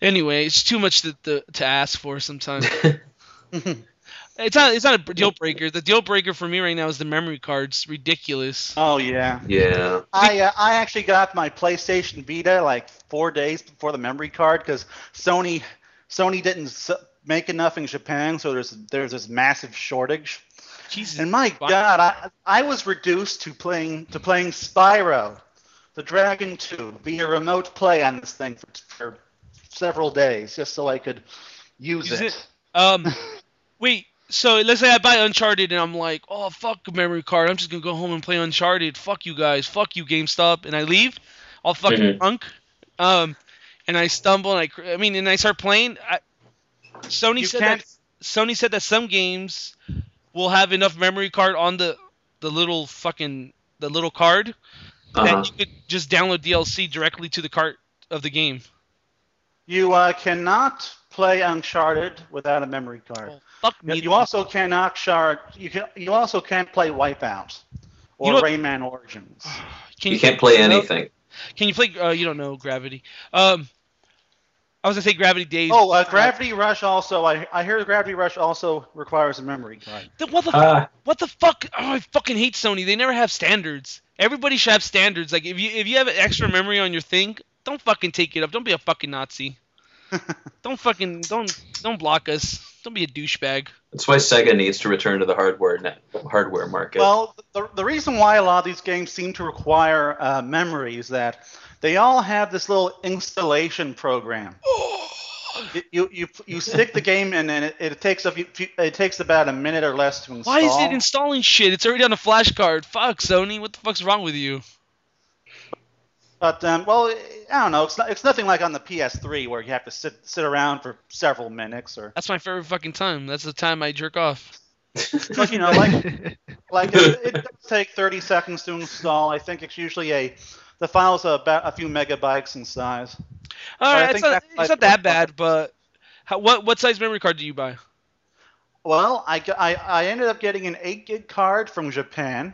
D: Anyway, it's too much to to, to ask for sometimes. it's not it's not a deal breaker. The deal breaker for me right now is the memory cards. Ridiculous.
E: Oh yeah.
A: Yeah.
E: I uh, I actually got my PlayStation Vita like four days before the memory card because Sony Sony didn't s- make enough in Japan, so there's there's this massive shortage.
D: Jesus.
E: And my God, I I was reduced to playing to playing Spyro, the Dragon 2 via remote play on this thing for, for several days just so I could use,
D: Use
E: it.
D: it.
A: [LAUGHS]
D: Um, wait. So let's say I buy Uncharted and I'm like, oh fuck a memory card. I'm just gonna go home and play Uncharted. Fuck you guys. Fuck you GameStop. And I leave. I'll fucking
A: Mhm.
D: drunk. Um, and I stumble and I, cr- I mean, and I start playing. I, Sony
E: You
D: said
E: can't-
D: that Sony said that some games will have enough memory card on the the little fucking the little card
A: Uh-huh.
D: that you could just download DLC directly to the cart of the game.
E: You uh, cannot play Uncharted without a memory card.
D: Well, fuck me.
E: you also cannot shard. You can. You also can't play Wipeout or
D: You know-
E: Rayman Origins.
D: Can
A: You can't play
D: you know?
A: anything.
D: Can you play? Uh, you don't know Gravity. Um, I was gonna say Gravity Days.
E: Oh, uh, Gravity Rush also. I I hear Gravity Rush also requires a memory card.
D: The- what the
A: Ah,
D: what the fuck? Oh, I fucking hate Sony. They never have standards. Everybody should have standards. Like if you if you have extra memory on your thing, don't fucking take it up. Don't be a
E: [LAUGHS]
D: fucking Nazi. don't fucking don't don't block us. Don't be
E: [GASPS]
D: a douchebag.
A: that's why Sega needs to return to the hardware net, hardware market.
E: Well, the, the reason why a lot of these games seem to require uh, memory is that they all have this little installation
D: [GASPS]
E: program. You, you, you, you stick the game in and it, it takes a few, few- it takes about a minute or less to install.
D: Why is it installing shit? It's already on a flash card. Fuck Sony. What the fuck's wrong with you?
E: But um, well, I don't know. It's not, it's nothing like on the PS3 where you have to sit sit around for several minutes or
D: That's my favorite fucking time. That's the time I jerk off.
E: but, you
B: [LAUGHS]
E: know like like it, it does take 30 seconds to install. I think it's usually a the file's about a few megabytes in size.
D: All
E: I
D: right, it's
E: think
D: not,
E: that's
D: it's
E: like-
D: not that bad, but how, what what size memory card do you buy?
E: Well, I, g- I- I ended up getting an 8 gig card from Japan,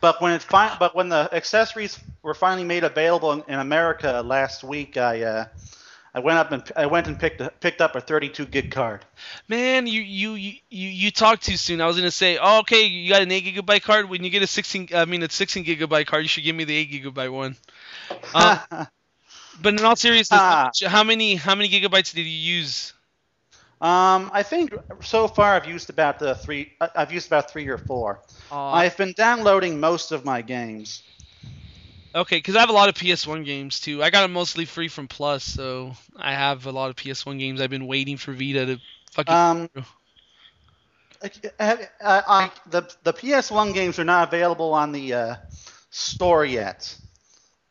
E: but when it fi- but when the accessories were finally made available in, in America last week, I uh, I went up and p- I went and picked a- picked up a 32 gig card.
D: Man, you you you you, you talk too soon. I was gonna say, oh, okay, you got an eight gigabyte card. When you get a sixteen, I mean a sixteen gigabyte card, you should give me the eight gigabyte [LAUGHS] one. Uh, but in all seriousness, how
E: Ah.
D: much- how many how many gigabytes did you use?
E: [LAUGHS] um, I think so far I've used about the three I- I've used about three or four.
D: Uh,
E: I've been downloading most of my games.
D: okay, because I have a lot of PS1 games too. I got them mostly free from Plus, so I have a lot of PS1 games. I've been waiting for Vita to fucking.
E: Um, I, I, I, the the PS1 games are not available on the uh, store yet.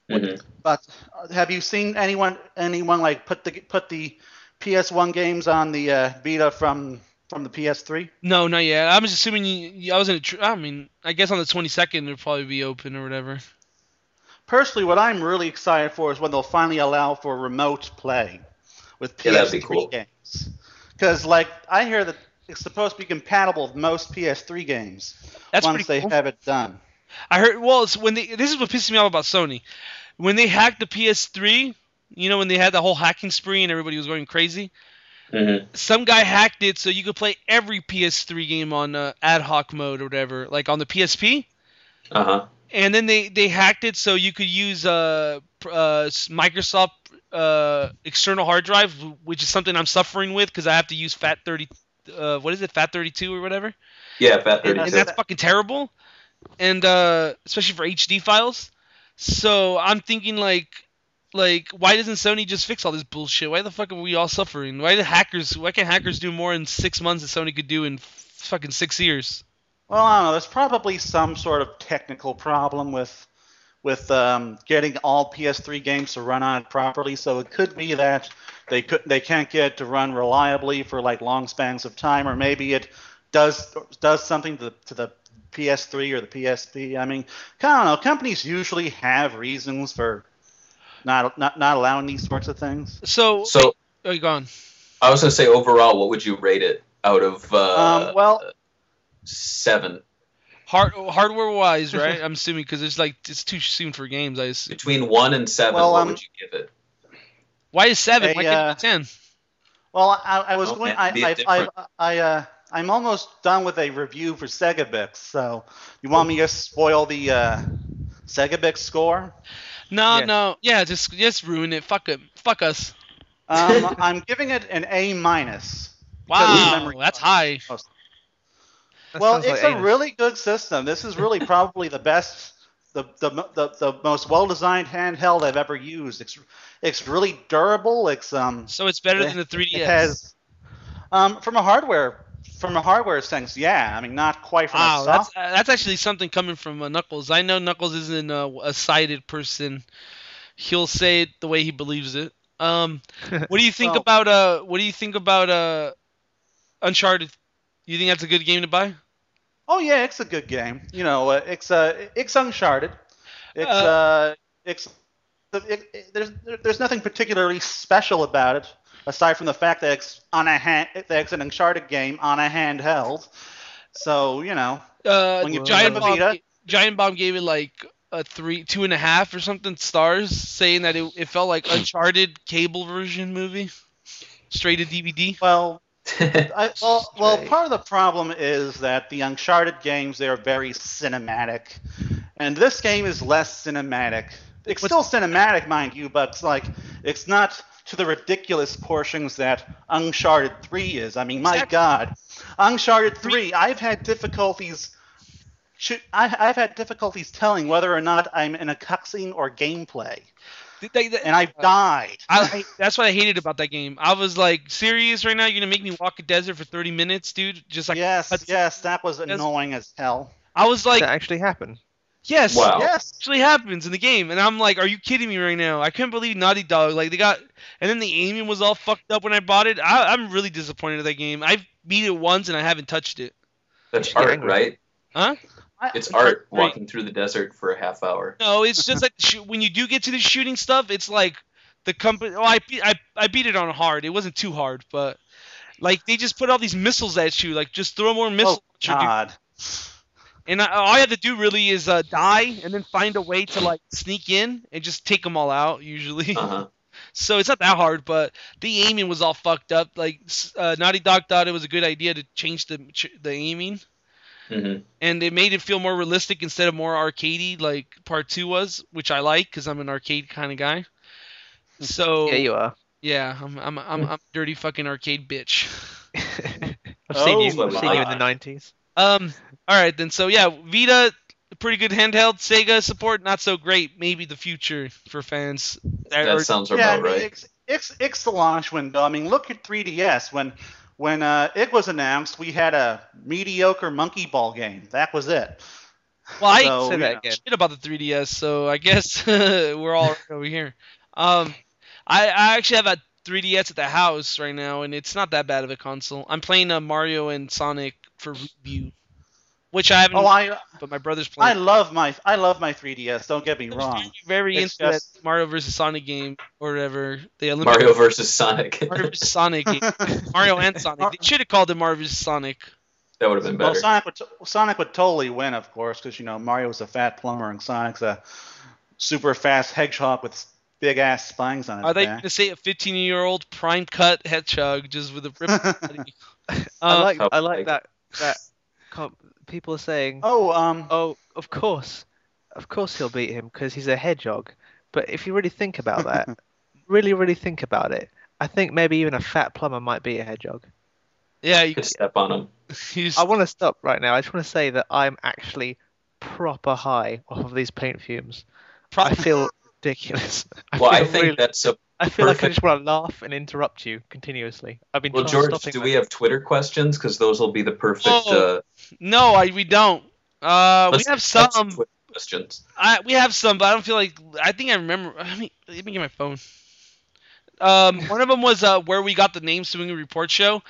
A: Mhm.
E: But uh, have you seen anyone anyone like put the put the PS1 games on the uh, Vita from from the PS3?
D: No, not yet. I'm just assuming you, you- I was in a. Tr- I mean, I guess on the 22nd it'll probably be open or whatever.
E: Personally, what I'm really excited for is when they'll finally allow for remote play with PS3
A: Yeah, that'd be cool.
E: games. Because like I hear that it's supposed to be compatible with most PS3 games
D: That's
E: once
D: pretty
E: they
D: cool.
E: have it done.
D: I heard. Well, it's when they. This is what pisses me off about Sony. When they hacked the PS3, you know, when they had the whole hacking spree and everybody was going crazy.
A: Mhm.
D: Some guy hacked it so you could play every PS3 game on uh, ad hoc mode or whatever, like on the PSP.
A: Uh huh.
D: And then they they hacked it so you could use uh, pr- uh s- Microsoft uh external hard drive, which is something I'm suffering with because I have to use Fat 30. Uh, what is it, Fat 32 or whatever?
A: Yeah, Fat
D: and,
A: Thirty
D: and
A: Two.
D: that's fucking terrible and uh especially for hd files so i'm thinking like like why doesn't sony just fix all this bullshit why the fuck are we all suffering why the hackers why can hackers do more in six months than sony could do in fucking six years
E: Well, I don't know. There's probably some sort of technical problem with with um, getting all PS3 games to run on it properly. So it could be that they could they can't get it to run reliably for like long spans of time, or maybe it does does something to, to the PS3 or the PSP. I mean, I don't know. Companies usually have reasons for not not not allowing these sorts of things.
D: so
A: So
D: oh you gone
A: I was gonna say overall, what would you rate it out of uh,
E: um, well,
A: seven?
D: Hard, hardware wise [LAUGHS] right i'm assuming because it's like it's too soon for games i assume.
A: Between one and seven,
E: Well,
A: what
E: um,
A: would you give it?
D: why is seven
E: Hey,
D: why can't
E: uh,
D: it be ten
E: Well, I, I was
A: Well,
E: going.
A: it'd
E: I,
A: be
E: I, I,
A: different.
E: I, uh, I'm almost done with a review for Segabix. So, you want me to spoil the uh, Segabix score?
D: no
B: yeah.
D: no yeah just just ruin it fuck it fuck us
B: [LAUGHS]
E: Um, I'm giving it an A minus. Because
D: wow
E: memory- Oh.
D: that's high
B: That
E: well,
B: sounds
E: it's
B: like
E: a
B: anus.
E: really good system. This is really probably the best, the the, mo- the, the most well-designed handheld I've ever used. It's it's really durable. It's um,
D: so it's better
E: Yeah,
D: than the 3ds
E: It has, um, from a hardware from a hardware sense, yeah. I mean, not quite from a
D: Wow,
E: software.
D: that's uh, that's actually something coming from uh, Knuckles. I know Knuckles isn't a, a sighted person. He'll say it the way he believes it.
E: [LAUGHS]
D: Um, what do you think
E: Well-
D: about uh? What do you think about uh? Uncharted. You think that's a good game to buy?
E: Oh yeah, it's a good game. You know, uh, it's uh, it's Uncharted. It's uh, it's it, it, there's there's nothing particularly special about it aside from the fact that it's on a hand that it's an Uncharted game on a handheld. So you know,
D: Uh,
E: When you
D: Giant
E: play
D: Bomb.
E: Vita?
D: Giant Bomb gave it like a three, two and a half or something stars, saying that it, it felt like Uncharted cable version movie, straight to DVD. [LAUGHS]
E: well, I, well, well,
A: Right.
E: part of the problem is that the Uncharted games they are very cinematic, and this game is less cinematic. It's
D: What's-
E: still cinematic, mind you, but it's like it's not to the ridiculous portions that Uncharted Three is. I mean, my
D: Exactly.
E: God, Uncharted Three. I've had difficulties. Should, I, I've had difficulties telling whether or not I'm in a cutscene or gameplay,
D: Did they- they-
E: and I've died.
D: Uh, I, that's what I hated about that game. I was like, serious right now? You're gonna make me walk a desert for 30 minutes, dude? Just like
E: yes,
D: that's-
E: yes, that was annoying as hell.
D: I was
B: Did
D: like,
B: that actually happen?
D: yes,
A: Wow.
D: wow.
E: Yes.
D: actually happens in the game, and I'm like, are you kidding me right now? I couldn't believe Naughty Dog. Like they got, and then the aiming was all fucked up when I bought it. I, I'm really disappointed at that game. I beat it once and I haven't touched it.
A: That's
B: get
A: art,
B: angry.
A: right?
D: Huh?
E: I-
C: Oh,
A: It's
D: Uncharted
A: art
D: three.
A: walking through the desert for a half
D: [LAUGHS]
A: hour.
D: No, it's just like sh- when you do get to the shooting stuff, it's like the company. Oh, I beat I, I beat it on hard. It wasn't too hard, but like they just put all these missiles at you. Like just throw more missiles. at you, dude.
E: God.
D: And I, all I have to do really is uh, die and then find a way to like sneak in and just take them all out usually.
A: Uh huh.
D: [LAUGHS] So it's not that hard, but the aiming was all fucked up. Like s- uh, Naughty Dog thought it was a good idea to change the ch- the aiming,
A: hmm
D: and it made it feel more realistic instead of more arcadey like Part Two was, which I like because I'm an arcade kind of guy. So
B: Hmm. Yeah, you Hmm. are. [LAUGHS]
D: yeah, I'm I'm I'm, I'm a dirty fucking arcade bitch. [LAUGHS]
B: I've
E: Oh
B: seen you.
A: my
B: I've seen you in the
A: God.
B: nineties.
D: Um. All right then. So yeah, Vita, pretty good handheld. Sega support, not so great. Maybe the future for fans. That
A: That
D: are-
A: sounds
E: yeah, I
A: about
E: mean,
A: right.
E: It's, it's it's the launch window. I mean, look at 3DS when when uh, it was announced, we had a mediocre monkey ball game. That was it.
D: Well, I
C: So,
D: said
C: you
D: that
C: know.
D: again. shit about the 3DS, so I guess [LAUGHS] we're all over here. Um, I, I actually have a 3DS at the house right now, and it's not that bad of a console. I'm playing uh, Mario and Sonic for review, which I
A: Hmm.
D: haven't,
C: Oh, I
D: but my brother's
C: I
D: playing.
C: love my I love my 3DS. Don't get me
D: I was
C: wrong.
D: very
C: It's
D: into
C: just-
D: that Mario versus Sonic game or whatever. The Olympic [LAUGHS]
A: Mario versus Sonic. [LAUGHS]
D: Mario versus
C: [LAUGHS]
D: Sonic game. Mario and Sonic. They should have called it Mario versus Sonic.
A: that would have been
C: Well,
A: better.
C: Sonic would, Sonic would totally win, of course, because you know Mario's a fat plumber and Sonic's a super fast hedgehog with big ass spines on his
D: Are they
C: back.
D: gonna say a 15-year-old prime cut hedgehog just with a
C: [LAUGHS]
D: rip? body?
B: I
D: Uh,
B: like
A: Oh,
B: I like
A: like-
B: that that comp- people are saying, oh.
C: Oh, um,
B: of course, of course he'll beat him because he's a hedgehog. But if you really think
A: [LAUGHS]
B: about that, really really think about it, I think maybe even a fat plumber might beat a hedgehog.
D: yeah, you,
A: Could step on him.
D: [LAUGHS] you just,
B: I want to stop right now. I just want to say that I'm actually proper high off of these paint fumes. I feel ridiculous. [LAUGHS] I
A: Well,
B: feel
A: I think
B: really-
A: that's a
B: I feel like I
A: perfect-
B: just want to laugh and interrupt you continuously. I've been
A: well,
B: trying to
A: George.
B: stop
A: Do we have Twitter questions? Because those will be the perfect.
D: Oh,
A: Uh,
D: [LAUGHS] no, I, we don't. Uh, we
A: let's-
D: have
A: let's [LAUGHS]
D: some.
A: Twitter questions.
D: I, we have some, but I don't feel like. I think I remember. [LAUGHS] Let me let me get my phone.
B: [LAUGHS]
D: Um, one of them was uh, where we got the name Swinging Report Show.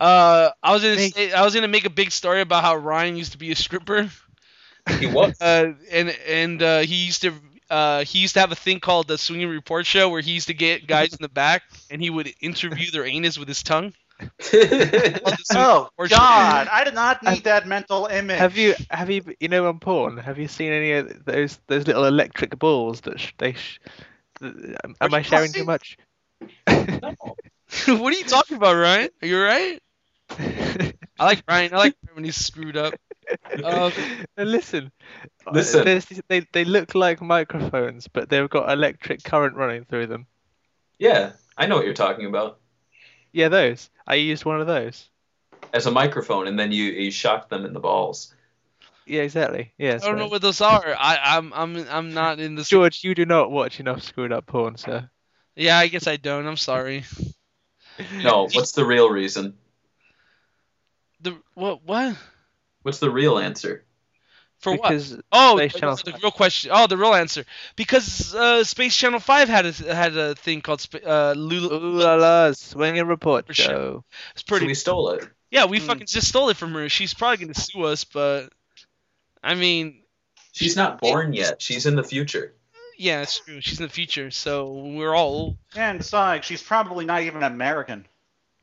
D: Uh, I was gonna
B: Hey.
D: say, I was gonna make a big story about how Ryan used to be a stripper. [LAUGHS]
A: He [LAUGHS] was.
D: uh, and and uh, he used to uh, he used to have a thing called the swinging report show where he used to get guys in the back and he would interview their anus with his tongue. [LAUGHS] Called the swinging
C: oh
D: report show.
C: God, I did not need that mental image.
B: Have you have you you know on porn? Have you seen any of those those little electric balls that sh- they? Sh- am am I sharing
C: pussy?
B: too
D: [LAUGHS]
B: much? [LAUGHS]
D: what are you talking about, Ryan? Are you alright? I like Ryan. I like Ryan when he's screwed up. Um,
B: [LAUGHS] Now listen, uh,
A: Listen.
B: there's these- They they look like microphones, but they've got electric current running through them.
A: yeah, I know what you're talking about.
B: Yeah, those. I used one of those.
A: As a microphone, and then you you shocked them in the balls.
B: Yeah, exactly. Yeah.
D: I don't know
B: so-
D: what those are. I, I'm I'm I'm not in this.
B: George, you do not watch enough screwed up porn,
D: [LAUGHS]
B: sir.
D: Yeah, I guess I don't. I'm sorry. [LAUGHS]
A: No, what's the real reason?
D: The what what
A: What's the real answer?
D: for what?
B: because
D: Oh,
B: Space
D: the-
B: Channel
D: the
B: five.
D: real question. Oh, the real answer. Because uh, Space Channel Five had a, had a thing called Sp- uh, Lula.
B: ooh la la, swinging report
D: For sure.
B: show.
D: It's
A: So
D: pretty.
A: we stole it.
D: yeah, we
C: Hmm.
D: fucking just stole it from her. She's probably gonna sue us, but I mean,
A: She's not born yet. She's in the future.
D: yeah, it's true. She's in the future, so we're all old.
C: And besides, she's probably not even American.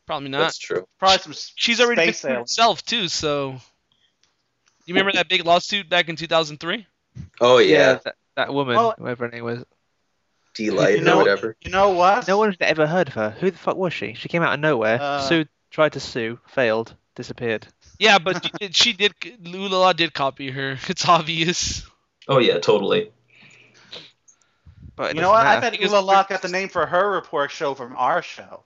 D: probably not.
A: That's true.
C: Probably some. s-
D: She's already been
C: Space
D: sued
C: alien.
D: herself too. So you remember that big lawsuit back in 2003?
A: Oh
B: that, that woman,
C: Well-
B: whoever her name was.
A: delight
C: You know-
A: whatever.
C: You know what?
B: No one's ever heard of her. Who the fuck was she? She came out of nowhere,
C: Uh,
B: sued, tried to sue, failed, disappeared.
D: Yeah, but she did. She did. Lula did copy her. [LAUGHS] It's obvious.
A: Oh yeah, totally.
B: But it
C: You know what?
B: doesn't
C: I
B: matter.
C: bet
D: Because
C: Ula Lock
D: we're-
C: got the name for her report show from our show.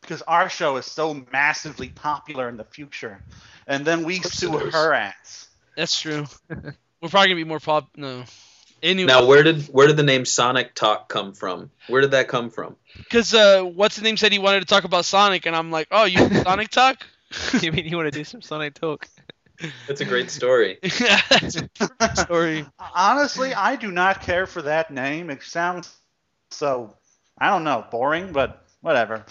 C: Because our show is so massively popular in the future. And then we
A: Of course
C: sue
A: it is.
C: her ass.
D: That's true. [LAUGHS] We're probably gonna be more pop. No. Anyway,
A: Now, where did where did the name Sonic Talk come from? Where did that come from?
D: because uh, what's the name said he wanted to talk about Sonic, and I'm like, oh,
B: [LAUGHS]
D: you want Sonic talk? [LAUGHS]
B: you mean you want to do some Sonic talk?
A: That's a great story.
D: That's a perfect story.
C: [LAUGHS] Honestly, I do not care for that name. It sounds so, I don't know, boring, but whatever.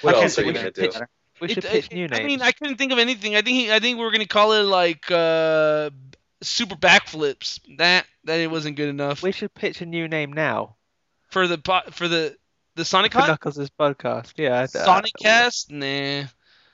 A: What
C: I can't
A: else are
C: think of
A: Oh, you gonna do?
C: anything
B: We
D: It-
B: should pitch
D: it-
B: new names.
D: I mean, I couldn't think of anything. I think he, I think we were gonna call it like uh, super backflips. That that it wasn't good enough
B: We should pitch a new name now.
D: for the po- for the the Sonic
B: For
D: Hot?
B: Knuckles' podcast. Yeah. I- I-
D: Sonic Cast. Nah.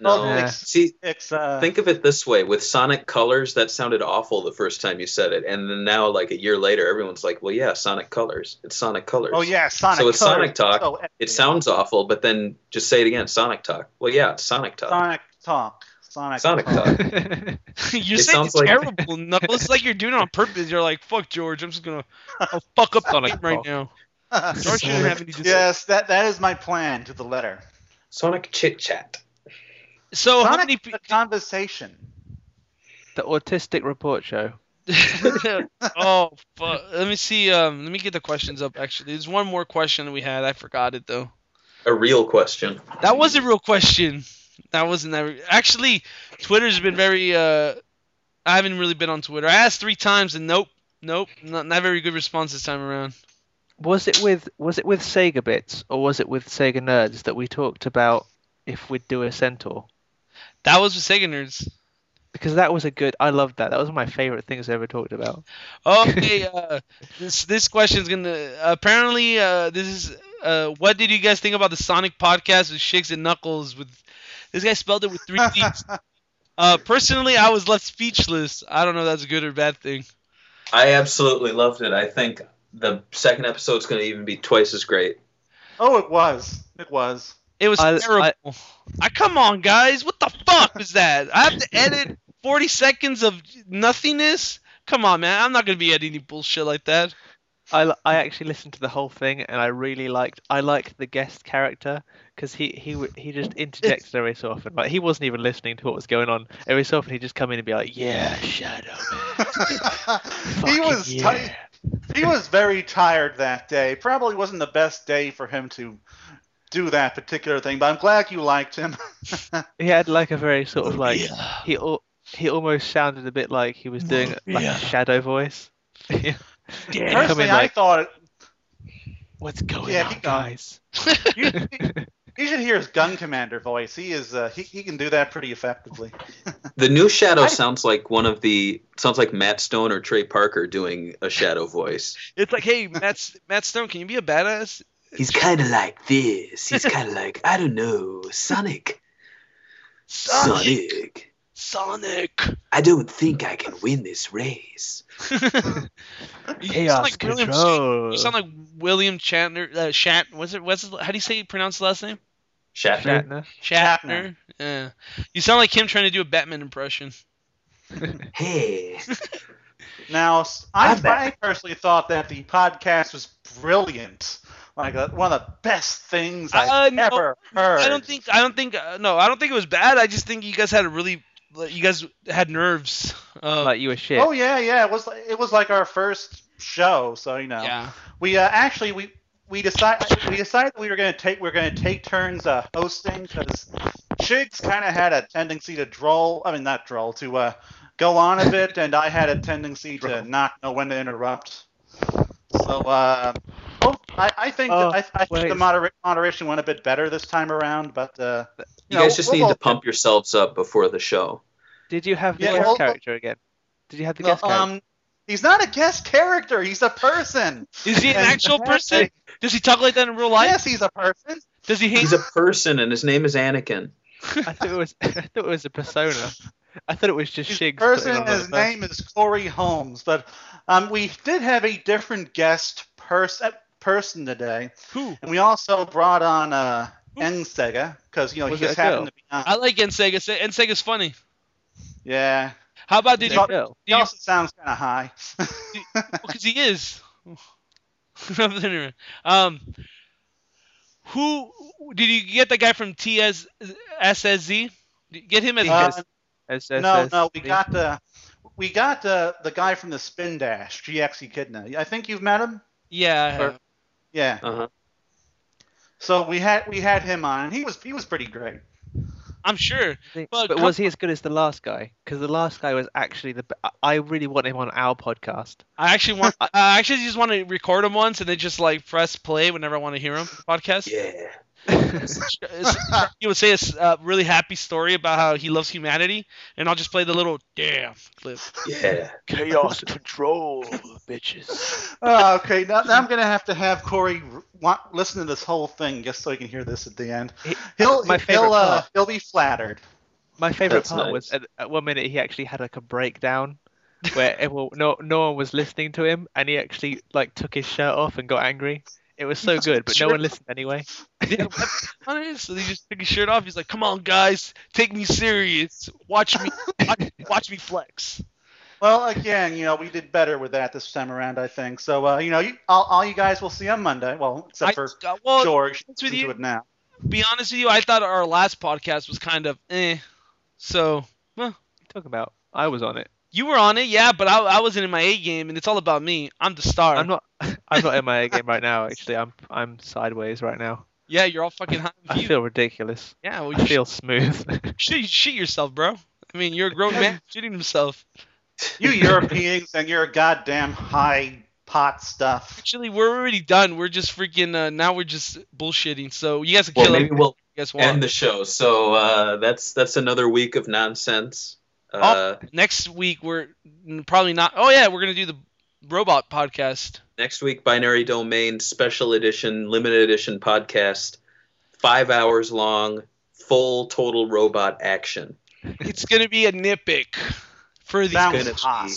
A: No.
C: Well,
B: Yeah.
C: it's,
A: See,
C: it's, uh,
A: think of it this way: with Sonic Colors, that sounded awful the first time you said it, and then now, like a year later, everyone's like, "Well, yeah, Sonic Colors. It's Sonic Colors."
C: oh, yeah, Sonic
A: So it's
C: Colors.
A: Sonic Talk.
C: So
A: It
C: epic.
A: sounds awful, but then just say it again: Sonic Talk. Well, yeah, it's Sonic Talk.
C: Sonic Talk. Sonic,
A: Sonic Talk.
D: [LAUGHS] you're
A: It
D: saying
A: sounds
D: it's
A: like- [LAUGHS]
D: terrible, Knuckles. It's like you're doing it on purpose. You're like, fuck George. I'm just gonna I'll fuck up
B: Sonic
D: Sonic right
B: Talk.
D: now.
B: [LAUGHS]
D: George
A: Sonic
D: shouldn't have any. dis-
C: yes, that, that is my plan to the letter.
A: Sonic Chit Chat.
B: Oh,
D: So how
C: Sonic
D: many?
C: the
B: [LAUGHS]
C: conversation.
B: [LAUGHS] the Autistic Report Show.
D: pe- [LAUGHS] oh, fuck. let me see. Um, let me get the questions up. Actually, there's one more question we had. I forgot it though.
A: A real question.
D: That was a real question. That wasn't that. Actually, Twitter's been very. Uh, I haven't really been on Twitter. I asked three times and nope, nope, not, not very good response this time around.
B: Was it with was it with Sega Bits or was it with Sega Nerds that we talked about if we'd do a Centaur?
D: That was with Sega Nerds.
B: Because that was a good. I loved that. That was one of my favorite things I ever talked about.
D: Okay, uh, this this question's gonna apparently uh, this is uh, what did you guys think about the Sonic podcast with Shakes and Knuckles? With this guy spelled it with three
E: [LAUGHS]
D: D's. Uh, personally, I was left speechless. I don't know if that's a good or bad thing.
A: I absolutely loved it. I think the second episode's going to even be twice as great.
E: Oh, it was.
B: [LAUGHS]
E: It was.
D: It was
B: I- I-
D: terrible. I, come on, guys, what the fuck is that? I have to edit 40 seconds of nothingness. Come on, man, I'm not gonna be editing bullshit like that.
B: I, li- I actually listened to the whole thing and I really liked I liked the guest character because he he w- he just interjected every so often like he wasn't even listening to what was going on every so often he'd just come in and be like yeah Shadow Man,
E: he
B: fucking
E: was
B: yeah.
E: ti- he was very tired that day. Probably wasn't the best day for him to do that particular thing, but I'm glad you
B: [LAUGHS]
E: liked him.
B: he had like a very sort of like he al- he almost sounded a bit like he was doing like a shadow voice Yeah. He'd come in
E: Personally, I
B: like,
E: thought
B: what's going
E: Yeah,
B: on
E: keep going.
B: guys
E: you, you should hear his gun commander voice. He is uh, he, he can do that pretty effectively.
A: The new Shadow
E: I-
A: sounds like one of the sounds like Matt Stone or Trey Parker doing a Shadow voice.
D: It's like, hey, Matt, Matt Stone, can you be a badass?
A: He's kind of like this. He's kind of like I don't know, Sonic. Sonic.
D: Sonic.
A: I don't think I can win this race.
D: [LAUGHS] you sound
B: chaos
D: like William, Shat-
B: control
D: you sound like William Shatner. Uh, Shat, what's it? What's his, how do you say pronounce his last name?
A: Shatner.
B: Shatner.
D: Shatner. Yeah. You sound like him trying to do a Batman impression.
A: Hey.
E: Now, s- I,
A: I bet.
E: I personally thought that the podcast was brilliant. Like uh, one of the best things
D: Uh,
E: I've
D: no,
E: ever heard.
D: I don't think. I don't think. Uh, no, I don't think it was bad. I just think you guys had a really. like, You guys had nerves. Uh,
B: like you were shit
E: Oh yeah, yeah. It was like- it was like our first show, so you know.
D: yeah.
E: We uh, actually we we decided we decided we were gonna take we were gonna take turns uh, hosting because Chiggs kind of had a tendency to droll. I mean, not droll to uh, go on a bit, and I had a tendency to not know when to interrupt. So uh, oh, I, I think
B: Oh,
E: I, I think
B: wait.
E: the moder- moderation went a bit better this time around, but uh,
A: You
E: know,
A: guys just
E: we'll
A: need to
E: both-
A: pump yourselves up before the show.
B: did you have the
E: Yeah,
B: guest
E: well-
B: character again did you have the
E: well,
B: guest character
E: um, he's not a guest character. He's a person.
D: Is he
E: [LAUGHS]
D: an
E: And-
D: actual person? Does he talk like that in real life?
E: Yes, he's a person.
D: Does he hate?
A: He's a person, and his name is Anakin.
B: I thought it was [LAUGHS] I thought it was a persona. I thought it was just
E: His
B: Shigs.
E: person, and his name is Corey Holmes, but um, we did have a different guest pers- uh, person today,
D: Who?
E: and we also brought on uh, N Sega because you know
B: Was
E: he
B: it
E: just
B: a
E: happened
B: girl?
E: to be on.
D: I like Ensega. Se- Ensega's funny.
E: Yeah,
D: How about did you?
E: he also sounds kind of high. [LAUGHS]
D: Because he is. [LAUGHS] Anyway, um, who did you get? The guy from TS SSZ? Did you E? Get him as
E: Uh, no,
B: No,
E: no, we got the we got the the guy from the Spin Dash, GX Echidna. I think you've met him.
D: yeah. I have.
E: Yeah.
A: Uh-huh.
E: So we had we had him on. and He was he was pretty great.
D: I'm sure.
B: But,
D: but come-
B: was he as good as the last guy? Because the last guy was actually the. b- I- I really want him on our podcast.
D: I actually want. I actually just want to record him once and then just like press play whenever I want to hear him. Podcast.
A: Yeah.
D: [LAUGHS] He would say a s- uh, really happy story about how he loves humanity, and I'll just play the little damn clip.
A: Yeah.
B: [LAUGHS] Chaos control, bitches.
E: Oh, okay, now, now I'm gonna have to have Corey r- wa- listen to this whole thing just so he can hear this at the end.
B: He-
E: He'll
B: my favorite
E: he'll uh,
B: part.
E: he'll be flattered.
B: My favorite
A: That's
B: part was
A: nice.
B: at, at one minute he actually had like a breakdown. Where everyone, no, no one was listening to him, and he actually like took his shirt off and got angry. It was so good, but no one listened anyway.
D: [LAUGHS] Yeah, on it. So he just took his shirt off. He's like, "Come on, guys, take me serious. Watch me, watch, watch me flex."
E: Well, again, you know we did better with that this time around, I think. So uh, you know, you, all, all you guys will see on Monday. Well, except
D: I,
E: for
D: uh, well,
E: George,
D: it's with
E: listen to
D: you.
E: it now.
D: be honest with you, I thought our last podcast was kind of eh. So
B: Talk about, I was on it.
D: you were on it, yeah, but I, I wasn't in my A game, and it's all about me. I'm the star.
B: I'm not. [LAUGHS] I'm not in my A game right now. Actually, I'm. I'm sideways right now.
D: yeah, you're all fucking high
B: I
D: view.
B: feel ridiculous.
D: yeah, well,
B: I
D: you
B: feel smooth.
D: [LAUGHS]
B: [LAUGHS]
D: should shit, shit yourself, bro. I mean, you're a grown man shitting himself.
C: You Europeans and your goddamn high pot stuff.
D: Actually, we're already done. We're just freaking. Uh, now we're just bullshitting. So you guys can
A: Well,
D: kill
A: maybe
D: him.
A: we'll
D: you guys want.
A: end the show. So uh, that's that's another week of nonsense. Uh,
D: Next week we're n- probably not. Oh yeah, we're gonna do the robot podcast.
A: Next week, Binary Domain Special Edition, Limited Edition podcast, five hours long, full total robot action.
D: It's gonna be a nitpick for these.
A: gonna
C: Sounds
A: be-
C: hot.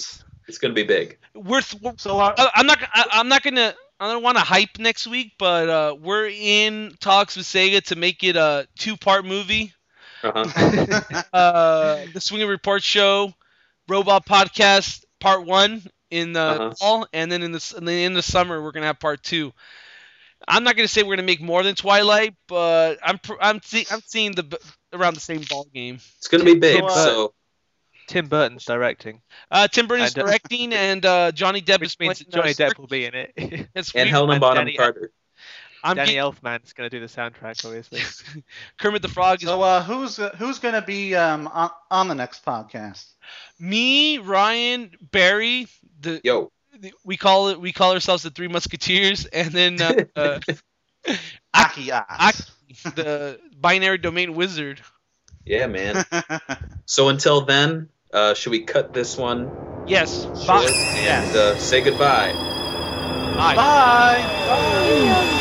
A: It's going to be big.
D: We're, th- we're
C: So our,
E: uh,
D: I- I'm not. I, I'm not gonna. I don't want to hype next week, but uh, we're in talks with Sega to make it a two-part movie.
A: Uh-huh.
E: [LAUGHS]
D: Uh, the Swinging Report Show, Robot Podcast Part One in the
A: Uh-huh.
D: fall, and then in the s- and then in the summer we're gonna have Part Two. I'm not gonna say we're gonna make more than Twilight, but I'm pr- I'm see- I'm seeing the b- around the same ball game.
A: It's going to be big.
C: So, uh,
A: So,
B: Tim Burton's directing,
D: Uh, Tim Burton's
B: And, uh,
D: directing, and uh, Johnny Depp is
B: which
D: playing. uh,
B: means Johnny Depp will be in it.
D: That's
A: and
D: weird.
A: Helena
B: and
A: Bonham
B: Danny-
A: Carter.
D: I'm
B: Danny
D: getting-
B: Elfman's going to do the soundtrack, obviously.
D: [LAUGHS] Kermit the Frog is
C: so uh, who's uh, who's gonna be um, on, on the next podcast?
D: me, Ryan, Barry, the,
A: Yo,
D: the- we call it we call ourselves the Three Musketeers, and
B: [LAUGHS]
D: then uh, uh,
C: Aki Oz.
D: the binary domain wizard.
A: yeah,
E: [LAUGHS]
A: man. so until then, uh, should we cut this one
D: Yes,
A: short
D: bye.
A: and uh, say goodbye?
D: Bye.
C: Bye. Bye.